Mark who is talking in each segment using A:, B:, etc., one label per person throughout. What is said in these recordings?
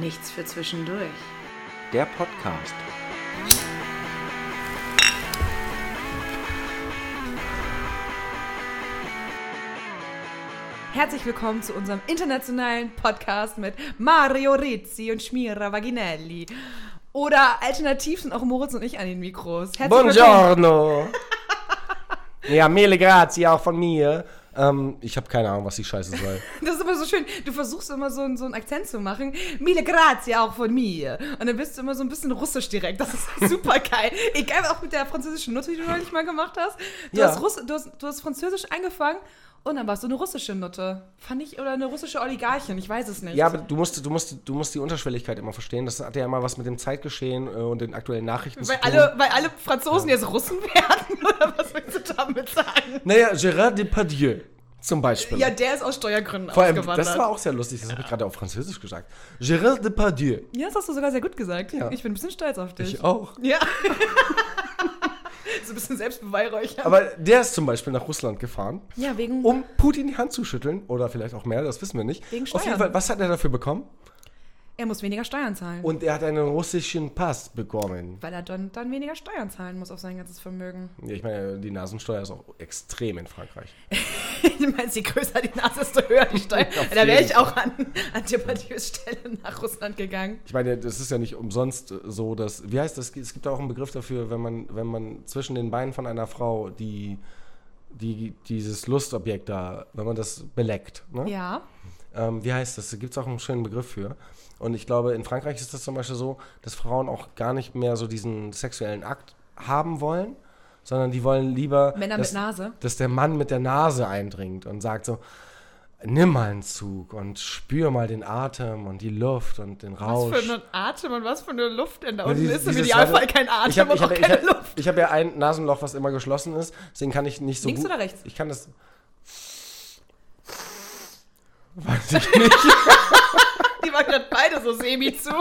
A: Nichts für zwischendurch.
B: Der Podcast.
C: Herzlich willkommen zu unserem internationalen Podcast mit Mario Rizzi und Schmira Vaginelli. Oder alternativ sind auch Moritz und ich an den Mikros. Herzlich willkommen.
D: Buongiorno! ja, mille grazie auch von mir. Ähm, ich habe keine Ahnung, was die Scheiße soll.
C: Das ist immer so schön. Du versuchst immer so, einen- so einen Akzent zu machen. Mille grazie auch von mir. Und dann bist du immer so ein bisschen russisch direkt. Das ist super geil. Egal, auch mit der französischen Nutte, die du neulich mal gemacht hast. Du,
D: Ja.
C: hast, Russ du, hast, du hast französisch angefangen und dann warst du eine russische Nutte. Fand ich, oder eine russische Oligarchin. Ich weiß es nicht.
D: Ja, aber du musst, du, musst, du musst die Unterschwelligkeit immer verstehen. Das hat ja immer was mit dem Zeitgeschehen äh, und den aktuellen Nachrichten
C: Weil
D: zu tun.
C: alle, weil alle Franzosen jetzt Russen werden? Oder was willst du damit sagen?
D: Naja, Gérard Depardieu zum Beispiel.
C: Ja, der ist aus Steuergründen
D: Genau. Vor allem,
C: ausgewandert.
D: das war auch sehr lustig. Das habe ich gerade auf Französisch gesagt. Gérard Depardieu.
C: ja, das hast du sogar sehr gut gesagt.
D: Ja.
C: Ich bin ein bisschen stolz auf dich.
D: Ich auch.
C: Ja. so ein bisschen Selbstbeweihräucher.
D: Aber der ist zum Beispiel nach Russland gefahren,
C: ja, wegen.
D: um Putin die Hand zu schütteln. Oder vielleicht auch mehr, das wissen wir nicht.
C: Wegen
D: auf jeden
C: Steuern.
D: Fall, was hat er dafür bekommen?
C: Er muss weniger Steuern zahlen.
D: Und er hat einen russischen Pass bekommen.
C: weil er dann, dann weniger Steuern zahlen muss auf sein ganzes Vermögen.
D: Ja, ich meine, die Nasensteuer ist auch extrem in Frankreich.
C: Du meinst, je größer die Nase, desto höher die Steuern.
D: Auf
C: da wäre
D: jeden
C: ich auch an, an Departieus Stelle nach Russland gegangen.
D: Ich meine, das ist ja nicht umsonst äh, so, dass, wie heißt das, es gibt auch einen Begriff dafür, wenn man, wenn man zwischen den Beinen von einer Frau die, die, dieses Lustobjekt da, wenn man das beleckt, ne?
C: Ja.
D: ähm, wie heißt das, da gibt es auch einen schönen Begriff für. Und ich glaube, in Frankreich ist das zum Beispiel so, dass Frauen auch gar nicht mehr so diesen sexuellen Akt haben wollen, sondern die wollen lieber,
C: Männer mit
D: dass,
C: Nase.
D: dass der Mann mit der Nase eindringt und sagt so, nimm mal einen Zug und spür mal den Atem und die Luft und den Rausch.
C: Was für ein Atem und was für eine Luft denn da
D: Ja,
C: unten
D: dieses-
C: ist. Im
D: dieses
C: Idealfall
D: Leiter-
C: kein Atem
D: ich hab,
C: und
D: ich
C: auch
D: hab, ich
C: keine
D: hab,
C: Luft.
D: Ich habe ja ein Nasenloch, was immer geschlossen ist, deswegen kann ich nicht so
C: Links
D: gut...
C: oder rechts?
D: Ich kann das... Weiß ich nicht.
C: Die waren gerade beide so semi zu.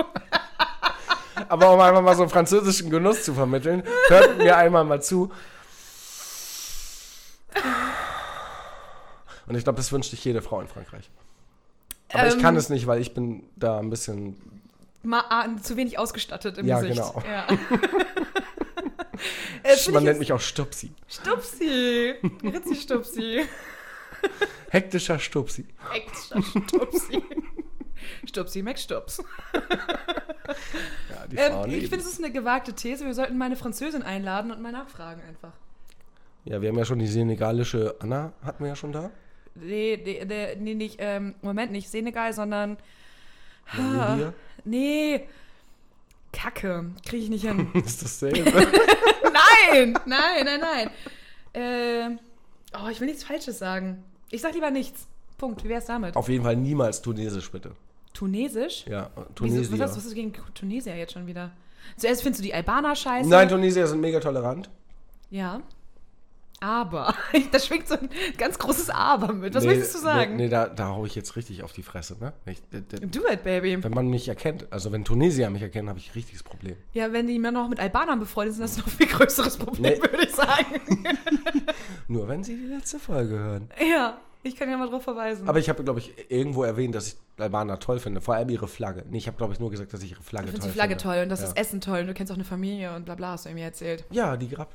D: Aber um einfach mal so einen französischen Genuss zu vermitteln, hört mir einmal mal zu. Und ich glaube, das wünscht sich jede Frau in Frankreich. Aber ich
C: Ähm.
D: kann es nicht, weil ich bin da ein bisschen...
C: Mal, ah, zu wenig ausgestattet im
D: Ja,
C: Gesicht.
D: genau.
C: Ja, Äh,
D: Man
C: find ich
D: nennt
C: jetzt-
D: mich auch Stupsi.
C: Stupsi. Ritzi Stupsi.
D: Hektischer Stupsi.
C: Extra Stupsi. Stupsi Mac Stups.
D: Ja, die
C: Ähm,
D: Frauen
C: ich
D: lieben
C: finde, es ist eine gewagte These. Wir sollten meine Französin einladen und mal nachfragen einfach.
D: Ja, wir haben ja schon die senegalische Anna, hatten wir ja schon da.
C: Nee, nee, nee, nee nicht, ähm, Moment, nicht Senegal, sondern.
D: Namibia.
C: Ah. Nee. Kacke. Kriege ich nicht hin.
D: Ist dasselbe.
C: Nein, nein, nein, nein. Ähm, oh, ich will nichts Falsches sagen. Ich sag lieber nichts. Punkt. Wie wär's damit?
D: Auf jeden Fall niemals Tunesisch, bitte.
C: Tunesisch?
D: Ja,
C: Wieso, was,
D: Tunesier.
C: hast- was ist gegen Tunesier jetzt schon wieder? Zuerst findest du die Albaner scheiße.
D: Nein, Tunesier sind mega tolerant.
C: Ja. Aber. da schwingt so ein ganz großes Aber mit. Was
D: Nee,
C: möchtest du sagen?
D: Nee, nee da, da hau ich jetzt richtig auf die Fresse, ne? Ich, d- d-
C: Do it, halt, Baby.
D: wenn man mich erkennt, also wenn Tunesier mich erkennen, habe ich ein richtiges Problem.
C: Ja, wenn die Männer auch mit Albanern befreundet sind, hast du noch ein viel größeres Problem,
D: Nee.
C: würde ich sagen.
D: Nur wenn sie die letzte Folge hören.
C: ja, ich kann ja mal drauf verweisen.
D: Aber ich habe, glaube ich, irgendwo erwähnt, dass ich Albaner toll finde. Vor allem ihre Flagge. Nee, ich habe, glaube ich, nur gesagt, dass ich ihre Flagge
C: ich
D: toll finde.
C: finde die Flagge toll und das
D: ne? ja.
C: ist Essen toll und du kennst auch eine Familie und bla bla, hast du mir erzählt.
D: Ja, die Grab...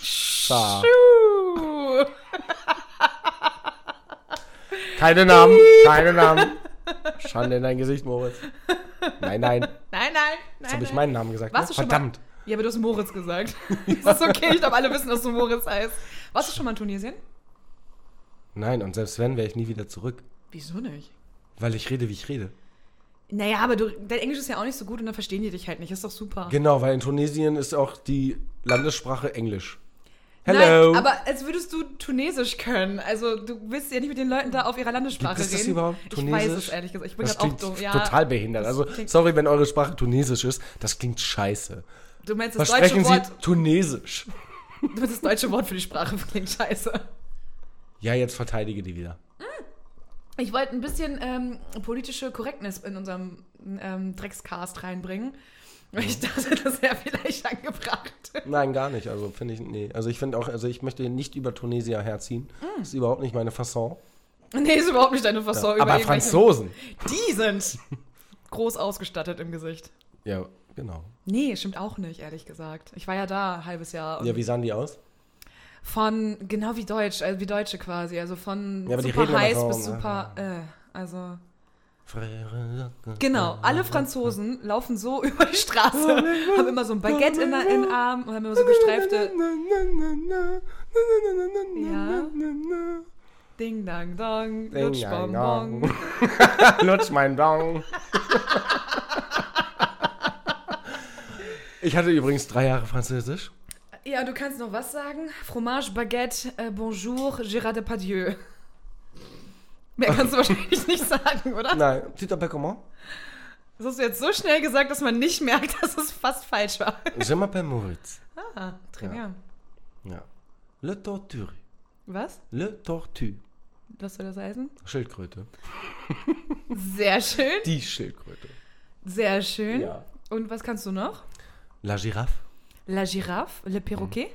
D: Scha.
C: Schuh.
D: Keine Namen, keine Namen. Schande in dein Gesicht, Moritz. Nein, nein.
C: Nein, nein,
D: Jetzt
C: nein.
D: habe ich
C: nein.
D: meinen Namen gesagt.
C: Warst
D: ne?
C: du schon
D: Verdammt.
C: Mal? Ja, aber du hast Moritz gesagt. das ist okay, ich glaube, alle wissen, dass du Moritz heißt. Warst du schon mal in Tunesien?
D: Nein, und selbst wenn, wäre ich nie wieder zurück.
C: Wieso nicht?
D: Weil ich rede, wie ich rede.
C: Naja, aber du, dein Englisch ist ja auch nicht so gut und dann verstehen die dich halt nicht. Ist doch super.
D: Genau, weil in Tunesien ist auch die Landessprache Englisch.
C: Nein, aber als würdest du Tunesisch können. Also du willst ja nicht mit den Leuten da auf ihrer Landessprache
D: Gibt es das
C: reden.
D: überhaupt?
C: Ich weiß
D: Tunesisch?
C: es ehrlich gesagt. Ich bin
D: das
C: gerade auch
D: klingt
C: dumm. Ja,
D: total behindert. Also,
C: klingt-
D: sorry, wenn eure Sprache tunesisch ist, das klingt scheiße.
C: Du meinst das
D: Was
C: deutsche
D: sprechen Sie
C: Wort.
D: tunesisch?
C: Du meinst das deutsche Wort für die Sprache klingt scheiße.
D: Ja, jetzt verteidige die wieder.
C: Ich wollte ein bisschen ähm, politische Korrektness in unserem ähm, Dreckscast reinbringen. Weil
D: Mhm.
C: ich dachte, das wäre vielleicht angebracht.
D: Nein, gar nicht. Also, finde ich, nee. Also, ich finde auch, also, ich möchte nicht über Tunesier herziehen.
C: Mm.
D: Das ist überhaupt nicht meine Fasson.
C: Nee, ist überhaupt nicht deine Fasson. über
D: aber
C: irgendwelche-
D: Franzosen.
C: Die sind groß ausgestattet im Gesicht.
D: Ja, genau.
C: Nee, stimmt auch nicht, ehrlich gesagt. Ich war ja da ein halbes Jahr. und
D: Ja, wie sahen die aus?
C: Von, genau wie Deutsch, also wie Deutsche quasi. Also von
D: Ja, aber die
C: super
D: reden
C: heiß
D: immer
C: bis
D: kaum, ne?
C: super, äh, also. Genau, alle Franzosen laufen so über die Straße, haben immer so ein Baguette in der- in den Arm und haben immer so gestreifte Ja. Ding Dang Dong,
D: Ding,
C: Lutsch
D: dang,
C: Bonbon.
D: Lutsch mein Dong. Ich hatte übrigens drei Jahre Französisch.
C: Ja, du kannst noch was sagen? Fromage, Baguette, äh, Bonjour, Gérard Depardieu. Mehr kannst du wahrscheinlich nicht sagen, oder?
D: Nein, tu t'appelles comment?
C: Das hast du jetzt so schnell gesagt, dass man nicht merkt, dass es fast falsch war.
D: Je m'appelle Moritz.
C: Ah, très
D: Ja.
C: bien.
D: Ja. Le tortue.
C: Was?
D: Le tortue.
C: Was soll das heißen?
D: Schildkröte.
C: Sehr schön.
D: Die Schildkröte.
C: Sehr schön.
D: Ja.
C: Und was kannst du noch?
D: La Girafe.
C: La Girafe, Le Perroquet.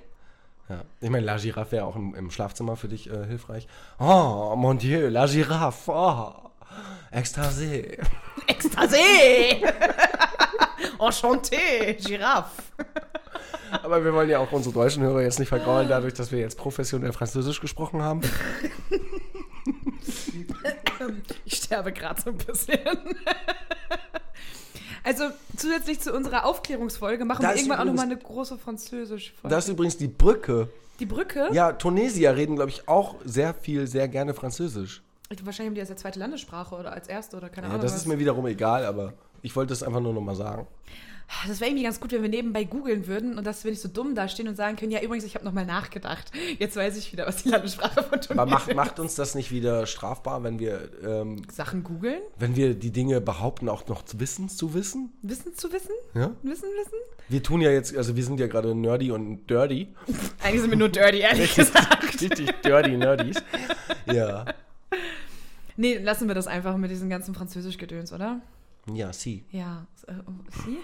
D: Ja. Ich meine, La Girafe wäre auch im, im Schlafzimmer für dich äh, hilfreich. Oh, mon Dieu, La Girafe. Oh, Ekstase. Hm.
C: Extasé! Enchanté, Giraffe.
D: Aber wir wollen ja auch unsere deutschen Hörer jetzt nicht vergraulen, dadurch, dass wir jetzt professionell Französisch gesprochen haben.
C: Ich sterbe gerade so ein bisschen. Also zusätzlich zu unserer Aufklärungsfolge machen
D: Das
C: wir irgendwann auch
D: übrigens-
C: nochmal eine große französische Folge.
D: Das ist übrigens die Brücke.
C: die Brücke?
D: Ja, Tunesier reden, glaube ich, auch sehr viel, sehr gerne Französisch.
C: Ich- Wahrscheinlich haben die das als zweite Landessprache oder als erste oder keine
D: Ja,
C: Ahnung.
D: das
C: was.
D: ist mir wiederum egal, aber ich wollte es einfach nur nochmal sagen.
C: Ah, das wäre irgendwie ganz gut, wenn wir nebenbei googeln würden und dass wir nicht so dumm dastehen und sagen können, ja übrigens, ich habe nochmal nachgedacht. Jetzt weiß ich wieder, was die Landessprache von
D: Aber
C: Tunesien
D: macht, macht uns das nicht wieder strafbar, wenn wir, ähm,
C: Sachen googeln?
D: wenn wir die Dinge behaupten, auch noch zu wissen zu wissen?
C: Wissen zu wissen?
D: Ja?
C: Wissen, wissen?
D: Wir tun ja jetzt, also wir sind ja gerade nerdy und dirty.
C: Eigentlich sind wir nur dirty, ehrlich gesagt.
D: Richtig dirty nerdies. Ja.
C: Nee, lassen wir das einfach mit diesem ganzen Französisch-Gedöns, oder?
D: Ja, sie.
C: Ja. äh, Sie?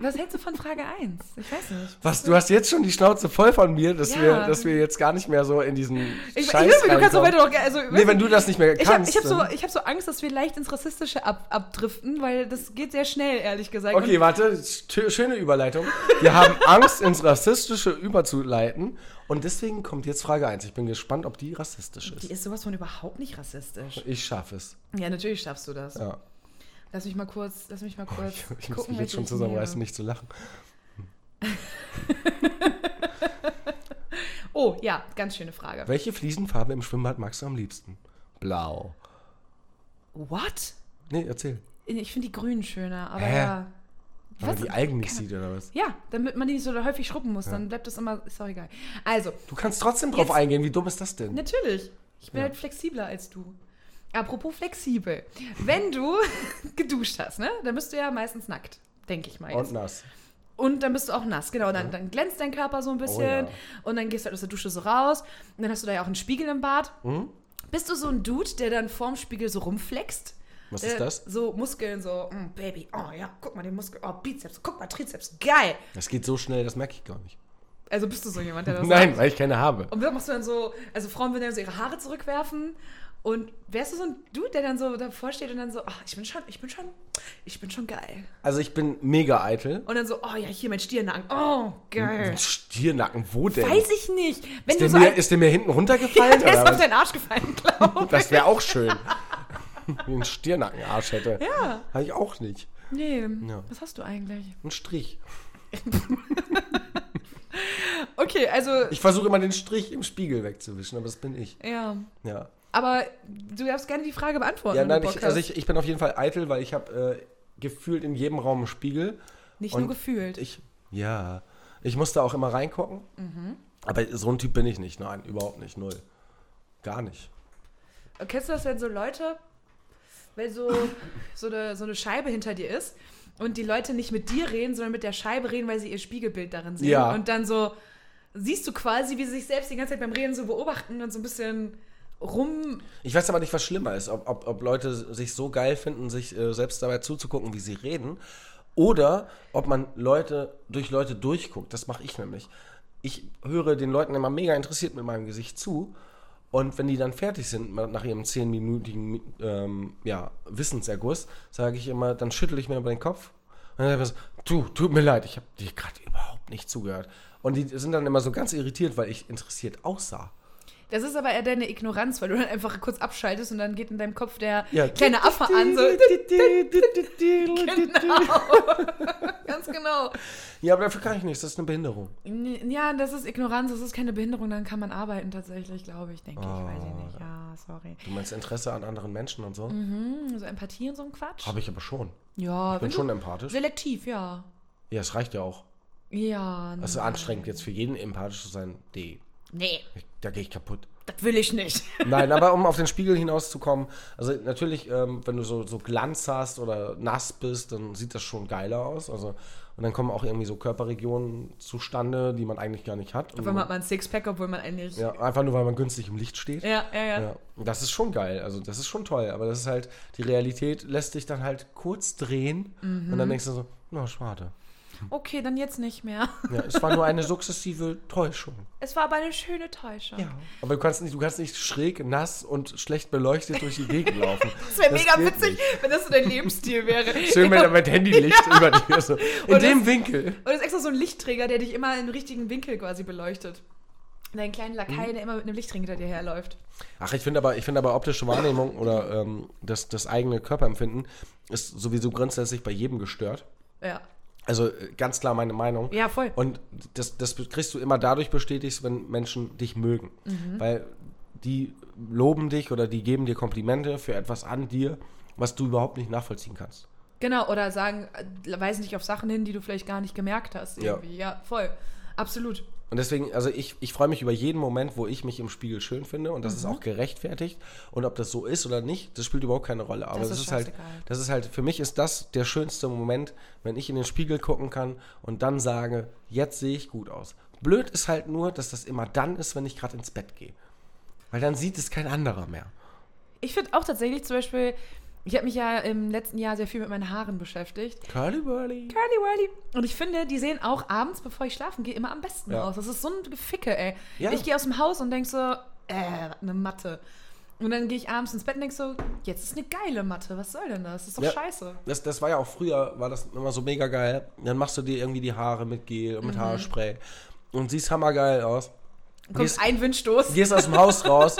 C: Was hältst du von Frage 1? Ich weiß nicht.
D: Was, du hast jetzt schon die Schnauze voll von mir, dass,
C: Ja.
D: wir, dass wir jetzt gar nicht mehr so in diesen
C: Ich, ich
D: Scheiß
C: glaube, du kannst doch
D: reinkommen.
C: weiter noch. Also,
D: Nee, wenn du das nicht mehr
C: ich habe
D: kannst.
C: ich hab so,
D: dann-
C: ich hab so Angst, dass wir leicht ins Rassistische ab, abdriften, weil das geht sehr schnell, ehrlich gesagt.
D: Okay,
C: Und
D: warte, tö- schöne Überleitung. Wir haben Angst, ins Rassistische überzuleiten. Und deswegen kommt jetzt Frage 1. Ich bin gespannt, ob die rassistisch
C: die
D: ist.
C: ist sowas von überhaupt nicht rassistisch.
D: Ich schaffe es.
C: Ja, natürlich schaffst du das.
D: Ja. Oh,
C: Lass mich mal kurz, lass mich mal kurz.
D: Ich, ich muss mich
C: welche
D: jetzt schon
C: ich
D: zusammenreißen,
C: nehme.
D: nicht zu lachen.
C: Oh, ja, ganz schöne Frage.
D: Welche Fliesenfarbe im Schwimmbad magst du am liebsten? Blau.
C: What?
D: Nee, erzähl.
C: Ich finde die grünen schöner, aber
D: Hä?
C: ja.
D: Weil man
C: Was?
D: die Algen nicht sieht oder was?
C: Ja, damit man die nicht so häufig schrubben muss, dann bleibt das immer. Ist auch egal. Also,
D: Du kannst trotzdem drauf
C: Jetzt-
D: eingehen. Wie dumm ist das denn?
C: Natürlich. Ich bin
D: Ja.
C: halt flexibler als du. Apropos flexibel. Wenn du geduscht hast, ne, dann bist du ja meistens nackt, denke ich mal. Jetzt.
D: Und nass.
C: Und dann bist du auch nass, genau. Dann, dann glänzt dein Körper so ein bisschen
D: Oh ja.
C: und dann gehst du halt aus der Dusche so raus. Und dann hast du da ja auch einen Spiegel im Bad.
D: Mhm.
C: Bist du so ein Dude, der dann vorm Spiegel so rumflext?
D: Was
C: Der
D: ist das?
C: So Muskeln, so, mm, Baby, oh ja, guck mal den Muskel, oh Bizeps, guck mal Trizeps, geil.
D: Das geht so schnell, das merke ich gar nicht.
C: Also bist du so jemand, der das sagt?
D: Nein, weil ich keine habe.
C: Und dann machst du dann so, also Frauen würden dann so ihre Haare zurückwerfen. Und wärst du so ein Dude, der dann so davor steht und dann so, ach, ich bin schon, ich bin schon, ich bin schon geil.
D: Also ich bin mega eitel.
C: Und dann so, oh ja, hier mein Stirnnacken, oh, geil.
D: Stirnacken, wo denn?
C: Weiß ich nicht. Wenn
D: ist,
C: du
D: der
C: so
D: mir,
C: ein,
D: ist der mir hinten
C: ja,
D: runtergefallen?
C: der ist
D: oder
C: auf
D: was?
C: deinen Arsch gefallen, glaube
D: Das wäre auch schön. Wie ein Stirnackenarsch hätte. Ja. Habe ich auch nicht.
C: ich. Nee,
D: Ja.
C: was hast du eigentlich?
D: Ein Strich.
C: Okay, also,
D: Ich versuche immer den Strich im Spiegel wegzuwischen, aber das bin ich.
C: ja.
D: Ja.
C: Aber du darfst gerne die Frage beantworten.
D: Ja,
C: wenn du
D: nein,
C: Bock
D: ich, also
C: hast.
D: ich, ich bin auf jeden Fall eitel, weil ich habe äh, gefühlt in jedem Raum einen Spiegel.
C: Nicht
D: Und
C: nur gefühlt.
D: Ich, ja. Ich muss da auch immer reingucken.
C: Mhm.
D: Aber so ein Typ bin ich nicht. Nein, überhaupt nicht. Null. Gar nicht.
C: Kennst du das, wenn so Leute, wenn so, so, eine, so eine Scheibe hinter dir ist und die Leute nicht mit dir reden, sondern mit der Scheibe reden, weil sie ihr Spiegelbild darin sehen?
D: Ja.
C: Und dann so siehst du quasi, wie sie sich selbst die ganze Zeit beim Reden so beobachten und so ein bisschen rum.
D: Ich weiß aber nicht, was schlimmer ist, ob, ob, ob Leute sich so geil finden, sich äh, selbst dabei zuzugucken, wie sie reden, oder ob man Leute durch Leute durchguckt. Das mache ich nämlich. Ich höre den Leuten immer mega interessiert mit meinem Gesicht zu Und wenn die dann fertig sind ma- nach ihrem zehnminütigen ähm, ja, Wissenserguss, sage ich immer, dann schüttel ich mir über den Kopf. Und dann sage ich so, du, tut mir leid, ich habe dir gerade überhaupt nicht zugehört. Und die sind dann immer so ganz irritiert, weil ich interessiert aussah.
C: Das ist aber eher deine Ignoranz, weil du dann einfach kurz abschaltest und dann geht in deinem Kopf der
D: Ja.
C: kleine Affe an. So. genau. Ganz genau.
D: Ja, aber dafür kann ich nichts, das ist eine Behinderung.
C: N- Ja, das ist Ignoranz, das ist keine Behinderung, dann kann man arbeiten tatsächlich, glaube ich, denke ich. Weiß ich
D: Oh.
C: nicht. Ja, sorry.
D: Du meinst Interesse an anderen Menschen und so?
C: Hm, so Empathie und so ein Quatsch.
D: Habe ich aber schon.
C: ja,
D: Ich bin
C: wenn
D: schon
C: du-
D: empathisch.
C: selektiv, ja.
D: Ja, es reicht ja auch.
C: Ja.
D: Es ist anstrengend, jetzt für jeden empathisch zu sein. Nee,
C: Nee,
D: ich- da gehe ich kaputt.
C: das will ich nicht.
D: Nein, aber um auf den Spiegel hinauszukommen, also natürlich, ähm, wenn du so, so Glanz hast oder nass bist, dann sieht das schon geiler aus. Also, und dann kommen auch irgendwie so Körperregionen zustande, die man eigentlich gar nicht hat. Und
C: Auf einmal hat man ein Sixpack, obwohl man eigentlich.
D: ja, einfach nur, weil man günstig im Licht steht.
C: ja, ja. ja.
D: Ja, das ist schon geil. Also, das ist schon toll. Aber das ist halt, die Realität lässt dich dann halt kurz drehen und
C: Mhm.
D: dann denkst du so, na, schade.
C: Okay, dann jetzt nicht mehr.
D: Ja, es war nur eine sukzessive Täuschung.
C: Es war aber eine schöne Täuschung.
D: Aber du kannst nicht, du kannst nicht schräg, nass und schlecht beleuchtet durch die Gegend laufen.
C: Das wäre mega
D: geht
C: witzig, wenn das so dein Lebensstil wäre.
D: nicht. Schön, wenn da mein Handylicht über dir so. In
C: Und
D: dem
C: das-
D: Winkel.
C: Und es ist extra so ein Lichtträger, der dich immer im richtigen Winkel quasi beleuchtet. Deinen kleinen
D: Mhm.
C: Lakai, der immer mit einem Lichtträger hinter dir herläuft.
D: Ach, ich finde aber, ich finde aber optische Wahrnehmung oder ähm, das, das eigene Körperempfinden ist sowieso grundsätzlich bei jedem gestört.
C: Ja.
D: Also äh, ganz klar meine Meinung.
C: Ja, voll.
D: Und das, das kriegst du immer dadurch bestätigt, wenn Menschen dich mögen.
C: Mhm.
D: Weil die loben dich oder die geben dir Komplimente für etwas an dir, was du überhaupt nicht nachvollziehen kannst.
C: Genau, oder sagen, äh, weisen dich auf Sachen hin, die du vielleicht gar nicht gemerkt hast.
D: Ja.
C: Irgendwie. Ja, voll. Absolut.
D: Und deswegen, also ich, ich freue mich über jeden Moment, wo ich mich im Spiegel schön finde und das
C: Mhm.
D: ist auch gerechtfertigt. Und ob das so ist oder nicht, das spielt überhaupt keine Rolle. Aber
C: Das
D: das,
C: ist
D: ist, halt,
C: scheißegal.
D: das ist halt, für mich ist das der schönste Moment, wenn ich in den Spiegel gucken kann und dann sage, jetzt sehe ich gut aus. Blöd ist halt nur, dass das immer dann ist, wenn ich gerade ins Bett gehe. Weil dann sieht es kein anderer mehr.
C: Ich finde auch tatsächlich zum Beispiel, ich habe mich ja im letzten Jahr sehr viel mit meinen Haaren beschäftigt.
D: Curly Burly.
C: Curly Whirly. Und ich finde, die sehen auch abends, bevor ich schlafen gehe, immer am besten
D: Ja.
C: aus. Das ist so ein Geficke, ey.
D: Ja.
C: Ich gehe aus dem Haus und denk so, äh, eine Matte. Und dann gehe ich abends ins Bett und denk so, jetzt ist eine geile Matte. Was soll denn das? Das ist doch
D: Ja.
C: scheiße.
D: Das, das war ja auch früher, war das immer so mega geil. Dann machst du dir irgendwie die Haare mit Gel
C: Mhm.
D: und mit Haarspray und siehst hammergeil aus.
C: Kommt
D: Gehst-
C: ein Windstoß.
D: gehst aus dem Haus raus,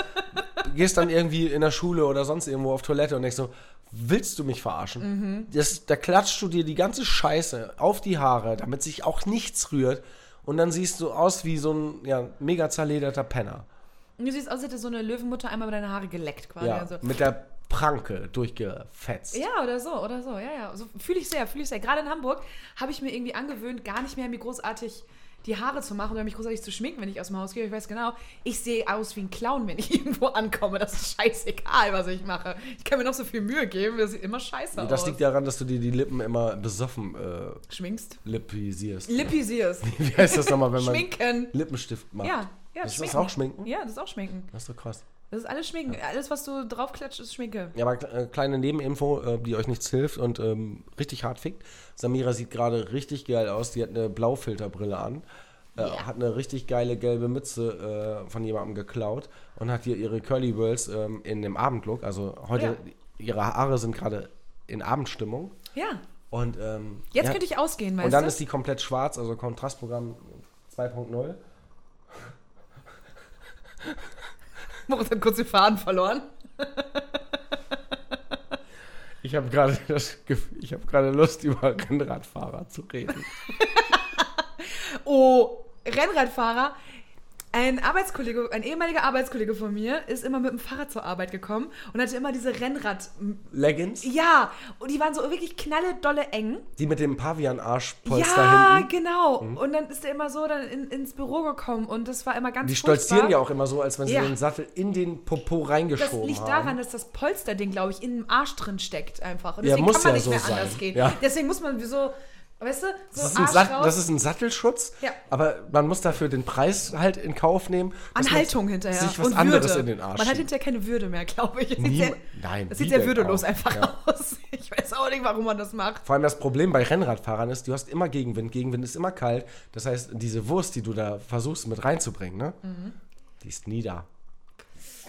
D: gehst dann irgendwie in der Schule oder sonst irgendwo auf Toilette und denkst so, willst du mich verarschen? Das, da klatscht du dir die ganze Scheiße auf die Haare, damit sich auch nichts rührt und dann siehst du aus wie so ein ja, mega zerlederter Penner.
C: Und Du siehst aus, als hätte so eine Löwenmutter einmal über deine Haare geleckt quasi.
D: Ja,
C: Also,
D: mit der Pranke durchgefetzt.
C: Ja, oder so, oder so, ja, ja. So fühle ich sehr, fühle ich sehr. Gerade in Hamburg habe ich mir irgendwie angewöhnt, gar nicht mehr mir großartig die Haare zu machen oder mich großartig zu schminken, wenn ich aus dem Haus gehe. Ich weiß genau, ich sehe aus wie ein Clown, wenn ich irgendwo ankomme. Das ist scheißegal, was ich mache. Ich kann mir noch so viel Mühe geben, das sieht immer scheiße aus.
D: Das liegt daran, dass du dir die Lippen immer besoffen äh,
C: Schminkst.
D: lippisierst.
C: Lippisierst.
D: Wie heißt das nochmal, wenn man
C: Schminken.
D: Lippenstift macht?
C: Ja, ja,
D: das ist das auch Schminken?
C: Ja, das ist auch Schminken.
D: Das ist so krass.
C: Das ist alles Schminken. Alles, was du draufklatscht, ist Schminke.
D: Ja, aber äh, kleine Nebeninfo, äh, die euch nichts hilft und ähm, richtig hart fickt. Samira sieht gerade richtig geil aus. Die hat eine Blaufilterbrille an. Äh,
C: Ja.
D: Hat eine richtig geile gelbe Mütze äh, von jemandem geklaut und hat hier ihre Curly Whirls ähm, in dem Abendlook. Also heute,
C: Ja.
D: ihre Haare sind gerade in Abendstimmung.
C: Ja.
D: Und ähm,
C: Jetzt
D: ja,
C: könnte ich ausgehen, weißt
D: Und dann
C: du?
D: ist die komplett schwarz, also Kontrastprogramm 2.0.
C: Moritz hat kurz den Faden verloren.
D: Ich habe gerade das Gefühl, ich habe gerade Lust, über Rennradfahrer zu reden.
C: Oh, Rennradfahrer. Ein Arbeitskollege, ein ehemaliger Arbeitskollege von mir ist immer mit dem Fahrrad zur Arbeit gekommen und hatte immer diese Rennrad.
D: Leggings?
C: Ja, und die waren so wirklich knalle, dolle eng.
D: Die mit dem Pavian-Arschpolster
C: ja,
D: hinten. Mhm.
C: genau. Und dann ist er immer so dann in, ins Büro gekommen und das war immer ganz
D: Die stolzieren
C: furchtbar.
D: ja auch immer so, als wenn sie
C: Ja.
D: den Sattel in den Popo
C: Das
D: reingeschoben
C: liegt
D: haben.
C: daran, dass das Polsterding, glaube ich, in dem Arsch drin steckt einfach. Und
D: Ja,
C: deswegen
D: muss
C: kann man
D: ja
C: nicht
D: so
C: mehr
D: sein.
C: anders gehen.
D: Ja.
C: Deswegen muss man wie so, weißt du, so
D: das, ist ein
C: Arsch
D: Sat-
C: raus.
D: das ist ein Sattelschutz,
C: Ja.
D: aber man muss dafür den Preis halt in Kauf nehmen. dass man
C: An Haltung hinterher.
D: Sich was
C: und
D: anderes
C: Würde.
D: in den Arsch.
C: Man hat
D: schiebt.
C: hinterher keine Würde mehr, glaube ich. Es sieht
D: Niem-
C: sehr,
D: Nein,
C: es
D: wie
C: sieht sehr
D: denn
C: würdelos
D: auch?
C: einfach
D: Ja.
C: aus. Ich weiß auch nicht, warum man das macht.
D: Vor allem das Problem bei Rennradfahrern ist, du hast immer Gegenwind. Gegenwind ist immer kalt. Das
C: Mhm.
D: heißt, diese Wurst, die du da versuchst mit reinzubringen, ne? die ist nie da.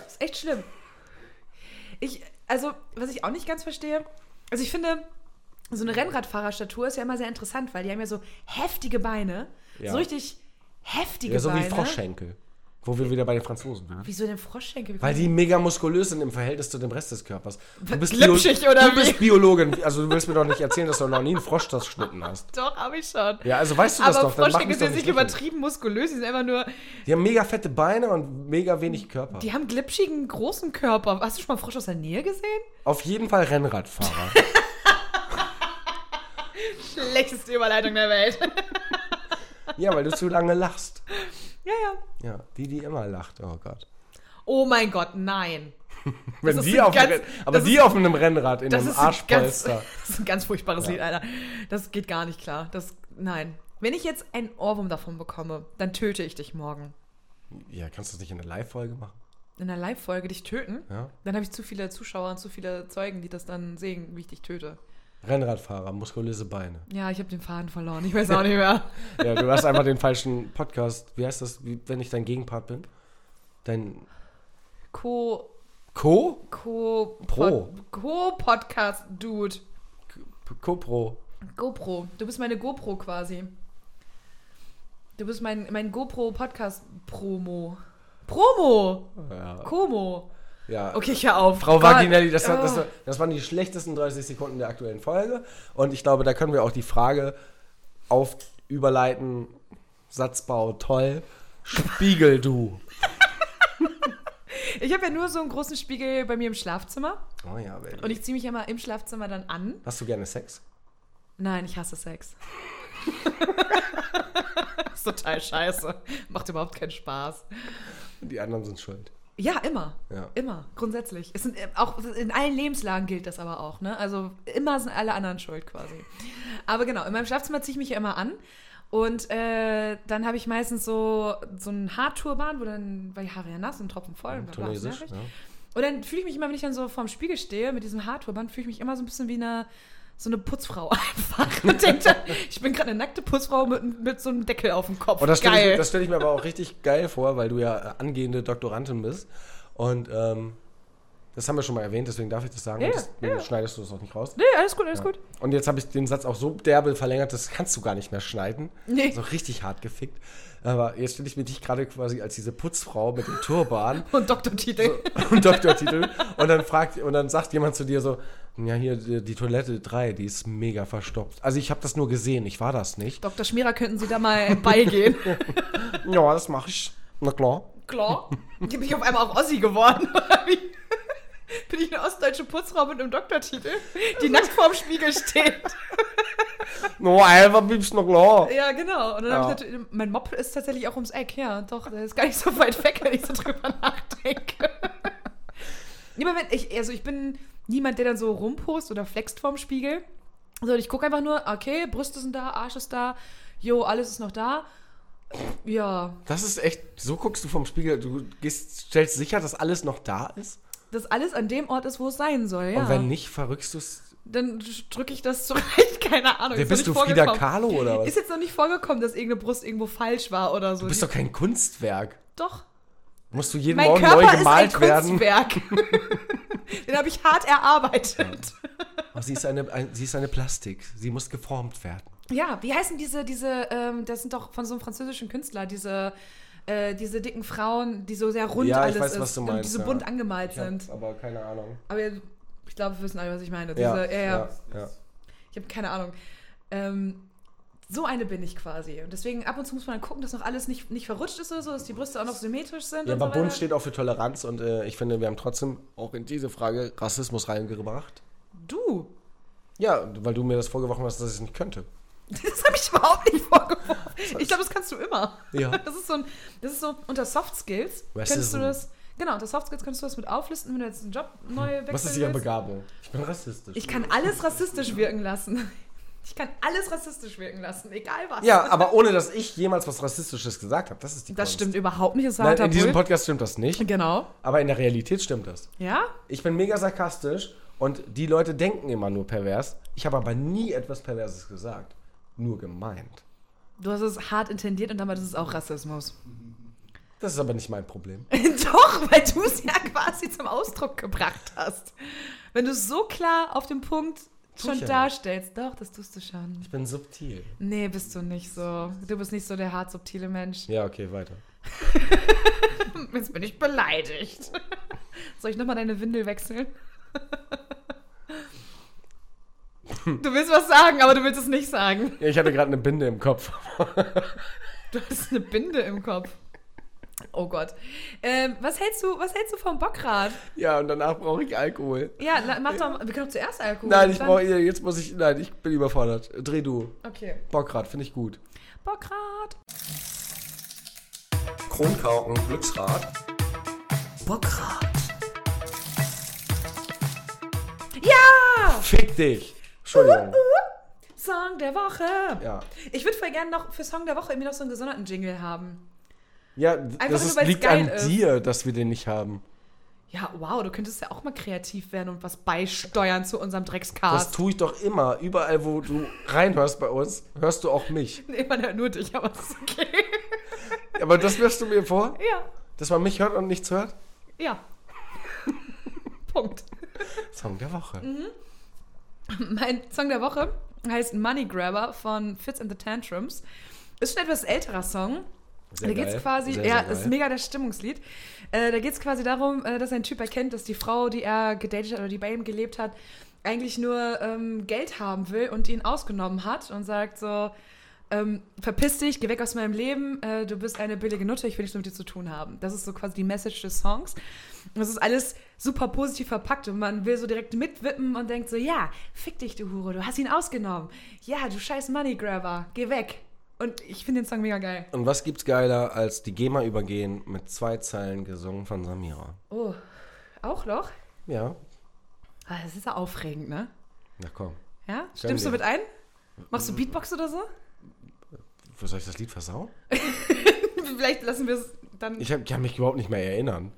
C: ist echt schlimm. Ich, also, was ich auch nicht ganz verstehe, also ich finde, so eine Rennradfahrerstatur ist ja immer sehr interessant, weil die haben ja so heftige Beine.
D: Ja.
C: So richtig heftige
D: Ja, so wie
C: Beine.
D: Froschschenkel. Wo wir wieder bei den Franzosen waren.
C: Wieso denn Froschschenkel? Wie
D: Weil
C: kommt-
D: die mega muskulös sind im Verhältnis zu dem Rest des Körpers. Du bist
C: Glitschig oder
D: Du bist
C: wie?
D: Biologin. Also du willst mir doch nicht erzählen, dass du noch nie einen Frosch das schnitten hast.
C: Doch, habe ich schon.
D: Ja, also weißt du das
C: Aber
D: doch. dann mach
C: Froschschenkel
D: mich doch
C: sind
D: nicht
C: nicht
D: lächerlich.
C: übertrieben muskulös, die sind einfach nur,
D: Die haben mega fette Beine und mega wenig Körper.
C: die haben glitschigen, großen Körper. Hast du schon mal einen Frosch aus der Nähe gesehen?
D: Auf jeden Fall Rennradfahrer.
C: Schlechteste Überleitung der Welt.
D: ja, weil du zu lange lachst.
C: ja, ja.
D: Ja, die, die immer lacht. Oh Gott.
C: Oh mein Gott, nein.
D: Wenn
C: ist
D: die
C: ein
D: auf
C: ganz-
D: dem Renn- aber
C: das
D: die
C: ist-
D: auf einem Rennrad in
C: Das
D: einem
C: ist, ein ganz,
D: Arschpolster.
C: das ist ein ganz furchtbares
D: Ja.
C: Lied, Alter. Das geht gar nicht klar. Das, nein. Wenn ich jetzt einen Ohrwurm davon bekomme, dann töte ich dich morgen.
D: Ja, kannst du das nicht in einer Live-Folge machen?
C: In einer Live-Folge dich töten?
D: Ja.
C: Dann habe ich zu viele Zuschauer und zu viele Zeugen, die das dann sehen, wie ich dich töte.
D: Rennradfahrer, muskulöse Beine.
C: Ja, ich habe den Faden verloren. Ich weiß auch nicht mehr.
D: Ja, du hast einfach den falschen Podcast. Wie heißt das, wie, wenn ich dein Gegenpart bin? Dein
C: Co.
D: Co?
C: Co.
D: Pro.
C: Co-Podcast-Dude.
D: Co-Pro.
C: GoPro. Du bist meine GoPro quasi. Du bist mein, mein GoPro-Podcast-Promo. Promo!
D: Ja.
C: Como!
D: ja.
C: Okay, ich hör auf.
D: Frau
C: Gott.
D: Vaginelli, das, hat, das,
C: Oh.
D: das waren die schlechtesten 30 Sekunden der aktuellen Folge. Und ich glaube, da können wir auch die Frage auf überleiten, Satzbau, toll, Spiegel, du.
C: Oh. Ich habe ja nur so einen großen Spiegel bei mir im Schlafzimmer
D: Oh ja, Baby.
C: und ich ziehe mich ja mal im Schlafzimmer dann an.
D: Hast du gerne Sex?
C: Nein, ich hasse Sex. ist total scheiße. Macht überhaupt keinen Spaß.
D: Die anderen sind schuld.
C: Ja, immer.
D: Ja.
C: Immer, grundsätzlich. Es sind äh, auch in allen Lebenslagen gilt das aber auch, ne? Also immer sind alle anderen schuld quasi. Aber genau, in meinem Schlafzimmer ziehe ich mich ja immer an. Und äh, dann habe ich meistens so, so einen Haarturban, wo dann, weil die Haare ja nass und Tropfen voll. bla, bla,
D: Tunesisch,
C: nervig.
D: ja.
C: Und dann fühle ich mich immer, wenn ich dann so vorm Spiegel stehe mit diesem Haarturban, fühle ich mich immer so ein bisschen wie eine, so eine Putzfrau einfach. Und denke dann, ich bin gerade eine nackte Putzfrau mit, mit so einem Deckel auf dem Kopf.
D: Und Oh, das stelle
C: Geil.
D: ich, das stell ich mir aber auch richtig geil vor, weil du ja äh, angehende Doktorandin bist. Und ähm, das haben wir schon mal erwähnt, deswegen darf ich das sagen.
C: Ja,
D: und das,
C: ja.
D: Schneidest du das auch nicht raus?
C: nee, alles gut, alles
D: Ja.
C: gut.
D: Und jetzt habe ich den Satz auch so derbe verlängert, das kannst du gar nicht mehr schneiden.
C: Nee.
D: So richtig hart gefickt. Aber jetzt stelle ich mir dich gerade quasi als diese Putzfrau mit dem Turban
C: Und Doktortitel.
D: und Doktortitel. Und dann fragt und dann sagt jemand zu dir so, ja hier die, die Toilette 3, die ist mega verstopft. Also ich habe das nur gesehen, ich war das nicht.
C: Dr. Schmierer, könnten Sie da mal beigehen?
D: Ja, das mache ich. Na klar.
C: Klar. Ich bin ich auf einmal auch Ossi geworden. oder wie? bin ich eine ostdeutsche Putzfrau mit einem Doktortitel, die nackt vorm Spiegel steht.
D: No, einfach bleibst na klar.
C: Ja, genau. Und dann
D: Ja.
C: habe ich natürlich, mein Mob ist tatsächlich auch ums Eck, ja. Doch, der ist gar nicht so weit weg, wenn ich so drüber nachdenke. Nee, aber wenn ich, also ich bin niemand, der dann so rumpost oder flext vorm Spiegel. Sondern ich gucke einfach nur, okay, Brüste sind da, Arsch ist da, jo, alles ist noch da. Ja,
D: Das ist echt, so guckst du vom Spiegel, du gehst, stellst sicher, dass alles noch da ist.
C: dass alles an dem Ort ist, wo es sein soll, ja.
D: Und wenn nicht, verrückst du es.
C: dann drücke ich das zurecht, keine Ahnung.
D: Wer
C: ist noch
D: bist du,
C: nicht
D: Frida
C: vorgekommen.
D: Kahlo oder was?
C: Ist jetzt noch nicht vorgekommen, dass irgendeine Brust irgendwo falsch war oder so.
D: Du bist
C: Die-
D: doch kein Kunstwerk.
C: doch.
D: Musst du jeden
C: Mein
D: Morgen
C: Körper
D: neu
C: ist ein
D: gemalt werden.
C: Kunstwerk. Den habe ich hart erarbeitet.
D: Oh, sie, ist eine, ein, sie ist eine Plastik. Sie muss geformt werden.
C: Ja, wie heißen diese, diese, ähm, das sind doch von so einem französischen Künstler, diese, äh, diese dicken Frauen, die so sehr rund
D: Ja, ich
C: alles
D: weiß,
C: ist
D: was du
C: und
D: meinst,
C: die so
D: ja.
C: bunt angemalt sind.
D: aber keine Ahnung.
C: Aber ihr- ich glaube, wir wissen alle, was ich meine. Diese, ja, ja,
D: ja.
C: Ich habe keine Ahnung. Ähm, so eine bin ich quasi. Und deswegen ab und zu muss man dann gucken, dass noch alles nicht, nicht verrutscht ist oder so, dass die Brüste auch noch symmetrisch sind.
D: Ja,
C: und so
D: aber Bund
C: weiter.
D: steht auch für Toleranz und äh, ich finde, wir haben trotzdem auch in diese Frage Rassismus reingebracht.
C: Du!
D: Ja, weil du mir das vorgeworfen hast, dass ich es nicht könnte.
C: Das habe ich überhaupt nicht vorgeworfen. Ich glaube, das kannst du immer.
D: Ja.
C: Das ist so, ein, das ist so unter Soft Skills
D: Racism.
C: könntest du das. Genau, unter Soft Skills kannst du das mit auflisten, wenn du jetzt einen Job neu wechseln
D: Hm. Was ist ihre
C: willst.
D: Begabung? Ich bin rassistisch.
C: Ich kann alles rassistisch wirken lassen. Ich kann alles rassistisch wirken lassen, egal was.
D: Ja, aber ohne dass ich jemals was Rassistisches gesagt habe. Das ist die
C: Das
D: Kunst.
C: stimmt überhaupt nicht. Das war
D: Nein,
C: harter
D: in diesem
C: Bull.
D: Podcast stimmt das nicht,
C: Genau.
D: aber in der Realität stimmt das.
C: Ja?
D: Ich bin mega sarkastisch und die Leute denken immer nur pervers. Ich habe aber nie etwas Perverses gesagt. Nur gemeint.
C: Du hast es hart intendiert und damit ist es auch Rassismus.
D: Das ist aber nicht mein Problem.
C: Doch, weil du es ja quasi zum Ausdruck gebracht hast. Wenn du es so klar auf den Punkt
D: Tue
C: schon
D: ich ja
C: darstellst. Doch, das tust du schon.
D: Ich bin subtil.
C: Nee, bist du nicht so. Du bist nicht so der hart subtile Mensch.
D: Ja, okay, weiter.
C: Jetzt bin ich beleidigt. Soll ich nochmal deine Windel wechseln? Du willst was sagen, aber du willst es nicht sagen.
D: Ja, ich hatte gerade eine Binde im Kopf.
C: Du hast eine Binde im Kopf. Oh Gott. Ähm, was, hältst du, was hältst du vom Bockrad?
D: Ja, und danach brauche ich Alkohol.
C: Ja, la- mach doch. Wir können doch zuerst Alkohol.
D: Nein, ich
C: dann-
D: brauche, jetzt muss ich, nein, ich bin überfordert. Dreh du.
C: Okay.
D: Bockrad, finde ich gut.
C: Bockrad.
D: Kronkauken, Glücksrad.
C: Bockrad. Ja!
D: Fick dich. Entschuldigung.
C: Song der Woche.
D: Ja.
C: Ich würde voll gerne noch für Song der Woche irgendwie noch so einen gesonderten Jingle haben.
D: Ja, d-
C: Einfach
D: das
C: nur,
D: ist,
C: weil's
D: liegt
C: geil
D: an
C: ist.
D: dir, dass wir den nicht haben.
C: Ja, wow, du könntest ja auch mal kreativ werden und was beisteuern zu unserem
D: Das
C: Dreckscast.
D: tue ich doch immer. Überall, wo du reinhörst bei uns, hörst du auch mich.
C: Nee, man hört nur dich, aber es ist okay.
D: Aber das wirfst du mir vor,
C: Ja,
D: dass man mich hört und nichts hört?
C: ja. Punkt.
D: Song der Woche.
C: Mein Song der Woche heißt Money Grabber von Fits and the Tantrums. Ist schon etwas älterer Song.
D: Sehr
C: da geht's
D: geil.
C: quasi,
D: Sehr,
C: ja,
D: sehr
C: ist
D: geil.
C: mega das Stimmungslied. Äh, da geht es quasi darum, äh, dass ein Typ erkennt, dass die Frau, die er gedatet hat oder die bei ihm gelebt hat, eigentlich nur ähm, Geld haben will und ihn ausgenommen hat und sagt so, ähm, verpiss dich, geh weg aus meinem Leben, äh, du bist eine billige Nutte, ich will nichts mit dir zu tun haben. Das ist so quasi die Message des Songs. Und das ist alles super positiv verpackt und man will so direkt mitwippen und denkt so, ja, fick dich, du Hure, du hast ihn ausgenommen. Ja, du scheiß Money Grabber, geh weg. Und ich finde den Song mega geil.
D: Und was gibt's geiler als die GEMA übergehen mit zwei Zeilen gesungen von Samira?
C: Oh, auch noch?
D: Ja.
C: Ah, Das ist ja aufregend, ne?
D: Na komm.
C: Ja? Stimmst du
D: dir.
C: mit ein? Machst du Beatbox oder so?
D: Soll ich das Lied versauen?
C: Vielleicht lassen wir es dann.
D: Ich hab, kann mich überhaupt nicht mehr erinnern.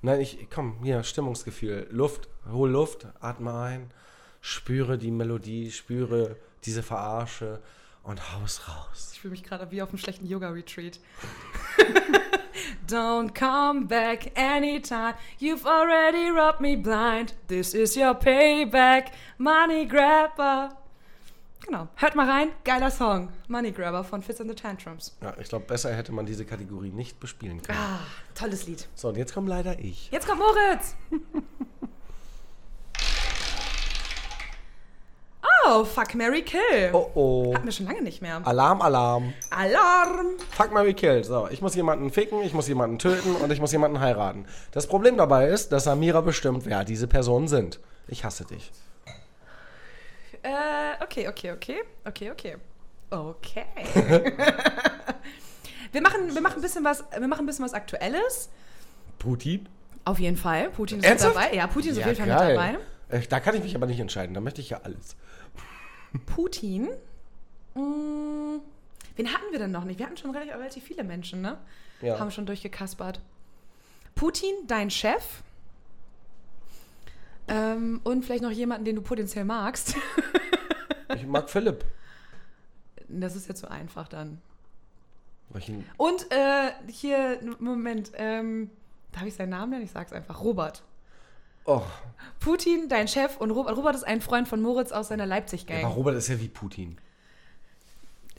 D: Nein, ich komm, hier, Stimmungsgefühl. Luft, hol Luft, atme ein, spüre die Melodie, spüre diese Verarsche und haus raus.
C: Ich fühle mich gerade wie auf einem schlechten Yoga-Retreat. Don't come back anytime. You've already robbed me blind. This is your payback. Money Grabber. Genau. Hört mal rein. Geiler Song. Money Grabber von Fits and the Tantrums.
D: Ja, ich glaube, besser hätte man diese Kategorie nicht bespielen können.
C: Ah, tolles Lied.
D: So, und jetzt komme leider ich.
C: Jetzt kommt Moritz! Oh, fuck Mary Kill.
D: Oh oh.
C: Hatten wir schon lange nicht mehr.
D: Alarm, Alarm.
C: Alarm!
D: Fuck Mary Kill. So, ich muss jemanden ficken, ich muss jemanden töten und ich muss jemanden heiraten. Das Problem dabei ist, dass Samira bestimmt, wer diese Personen sind. Ich hasse dich.
C: Äh, okay, okay, okay. Okay, okay. Okay. wir, machen, wir, machen ein bisschen was, wir machen ein bisschen was Aktuelles.
D: Putin?
C: Auf jeden Fall. Putin ist
D: Ernsthaft?
C: mit dabei. Ja, Putin ist auf jeden Fall mit dabei.
D: Äh, Da kann ich mich aber nicht entscheiden, da möchte ich ja alles.
C: Putin. Mm, wen hatten wir denn noch nicht? Wir hatten schon relativ, relativ viele Menschen, ne?
D: Ja.
C: Haben schon durchgekaspert. Putin, dein Chef. Ähm, und vielleicht noch jemanden, den du potenziell magst.
D: Ich mag Philipp.
C: Das ist ja zu einfach dann.
D: Weil ich ihn-
C: Und äh, hier, Moment, ähm, darf ich seinen Namen nennen? Ich sag's einfach. Robert.
D: Oh,
C: Putin, dein Chef und Robert. Robert ist ein Freund von Moritz aus seiner
D: aber
C: Leipzig-Gang.
D: Robert ist ja wie Putin.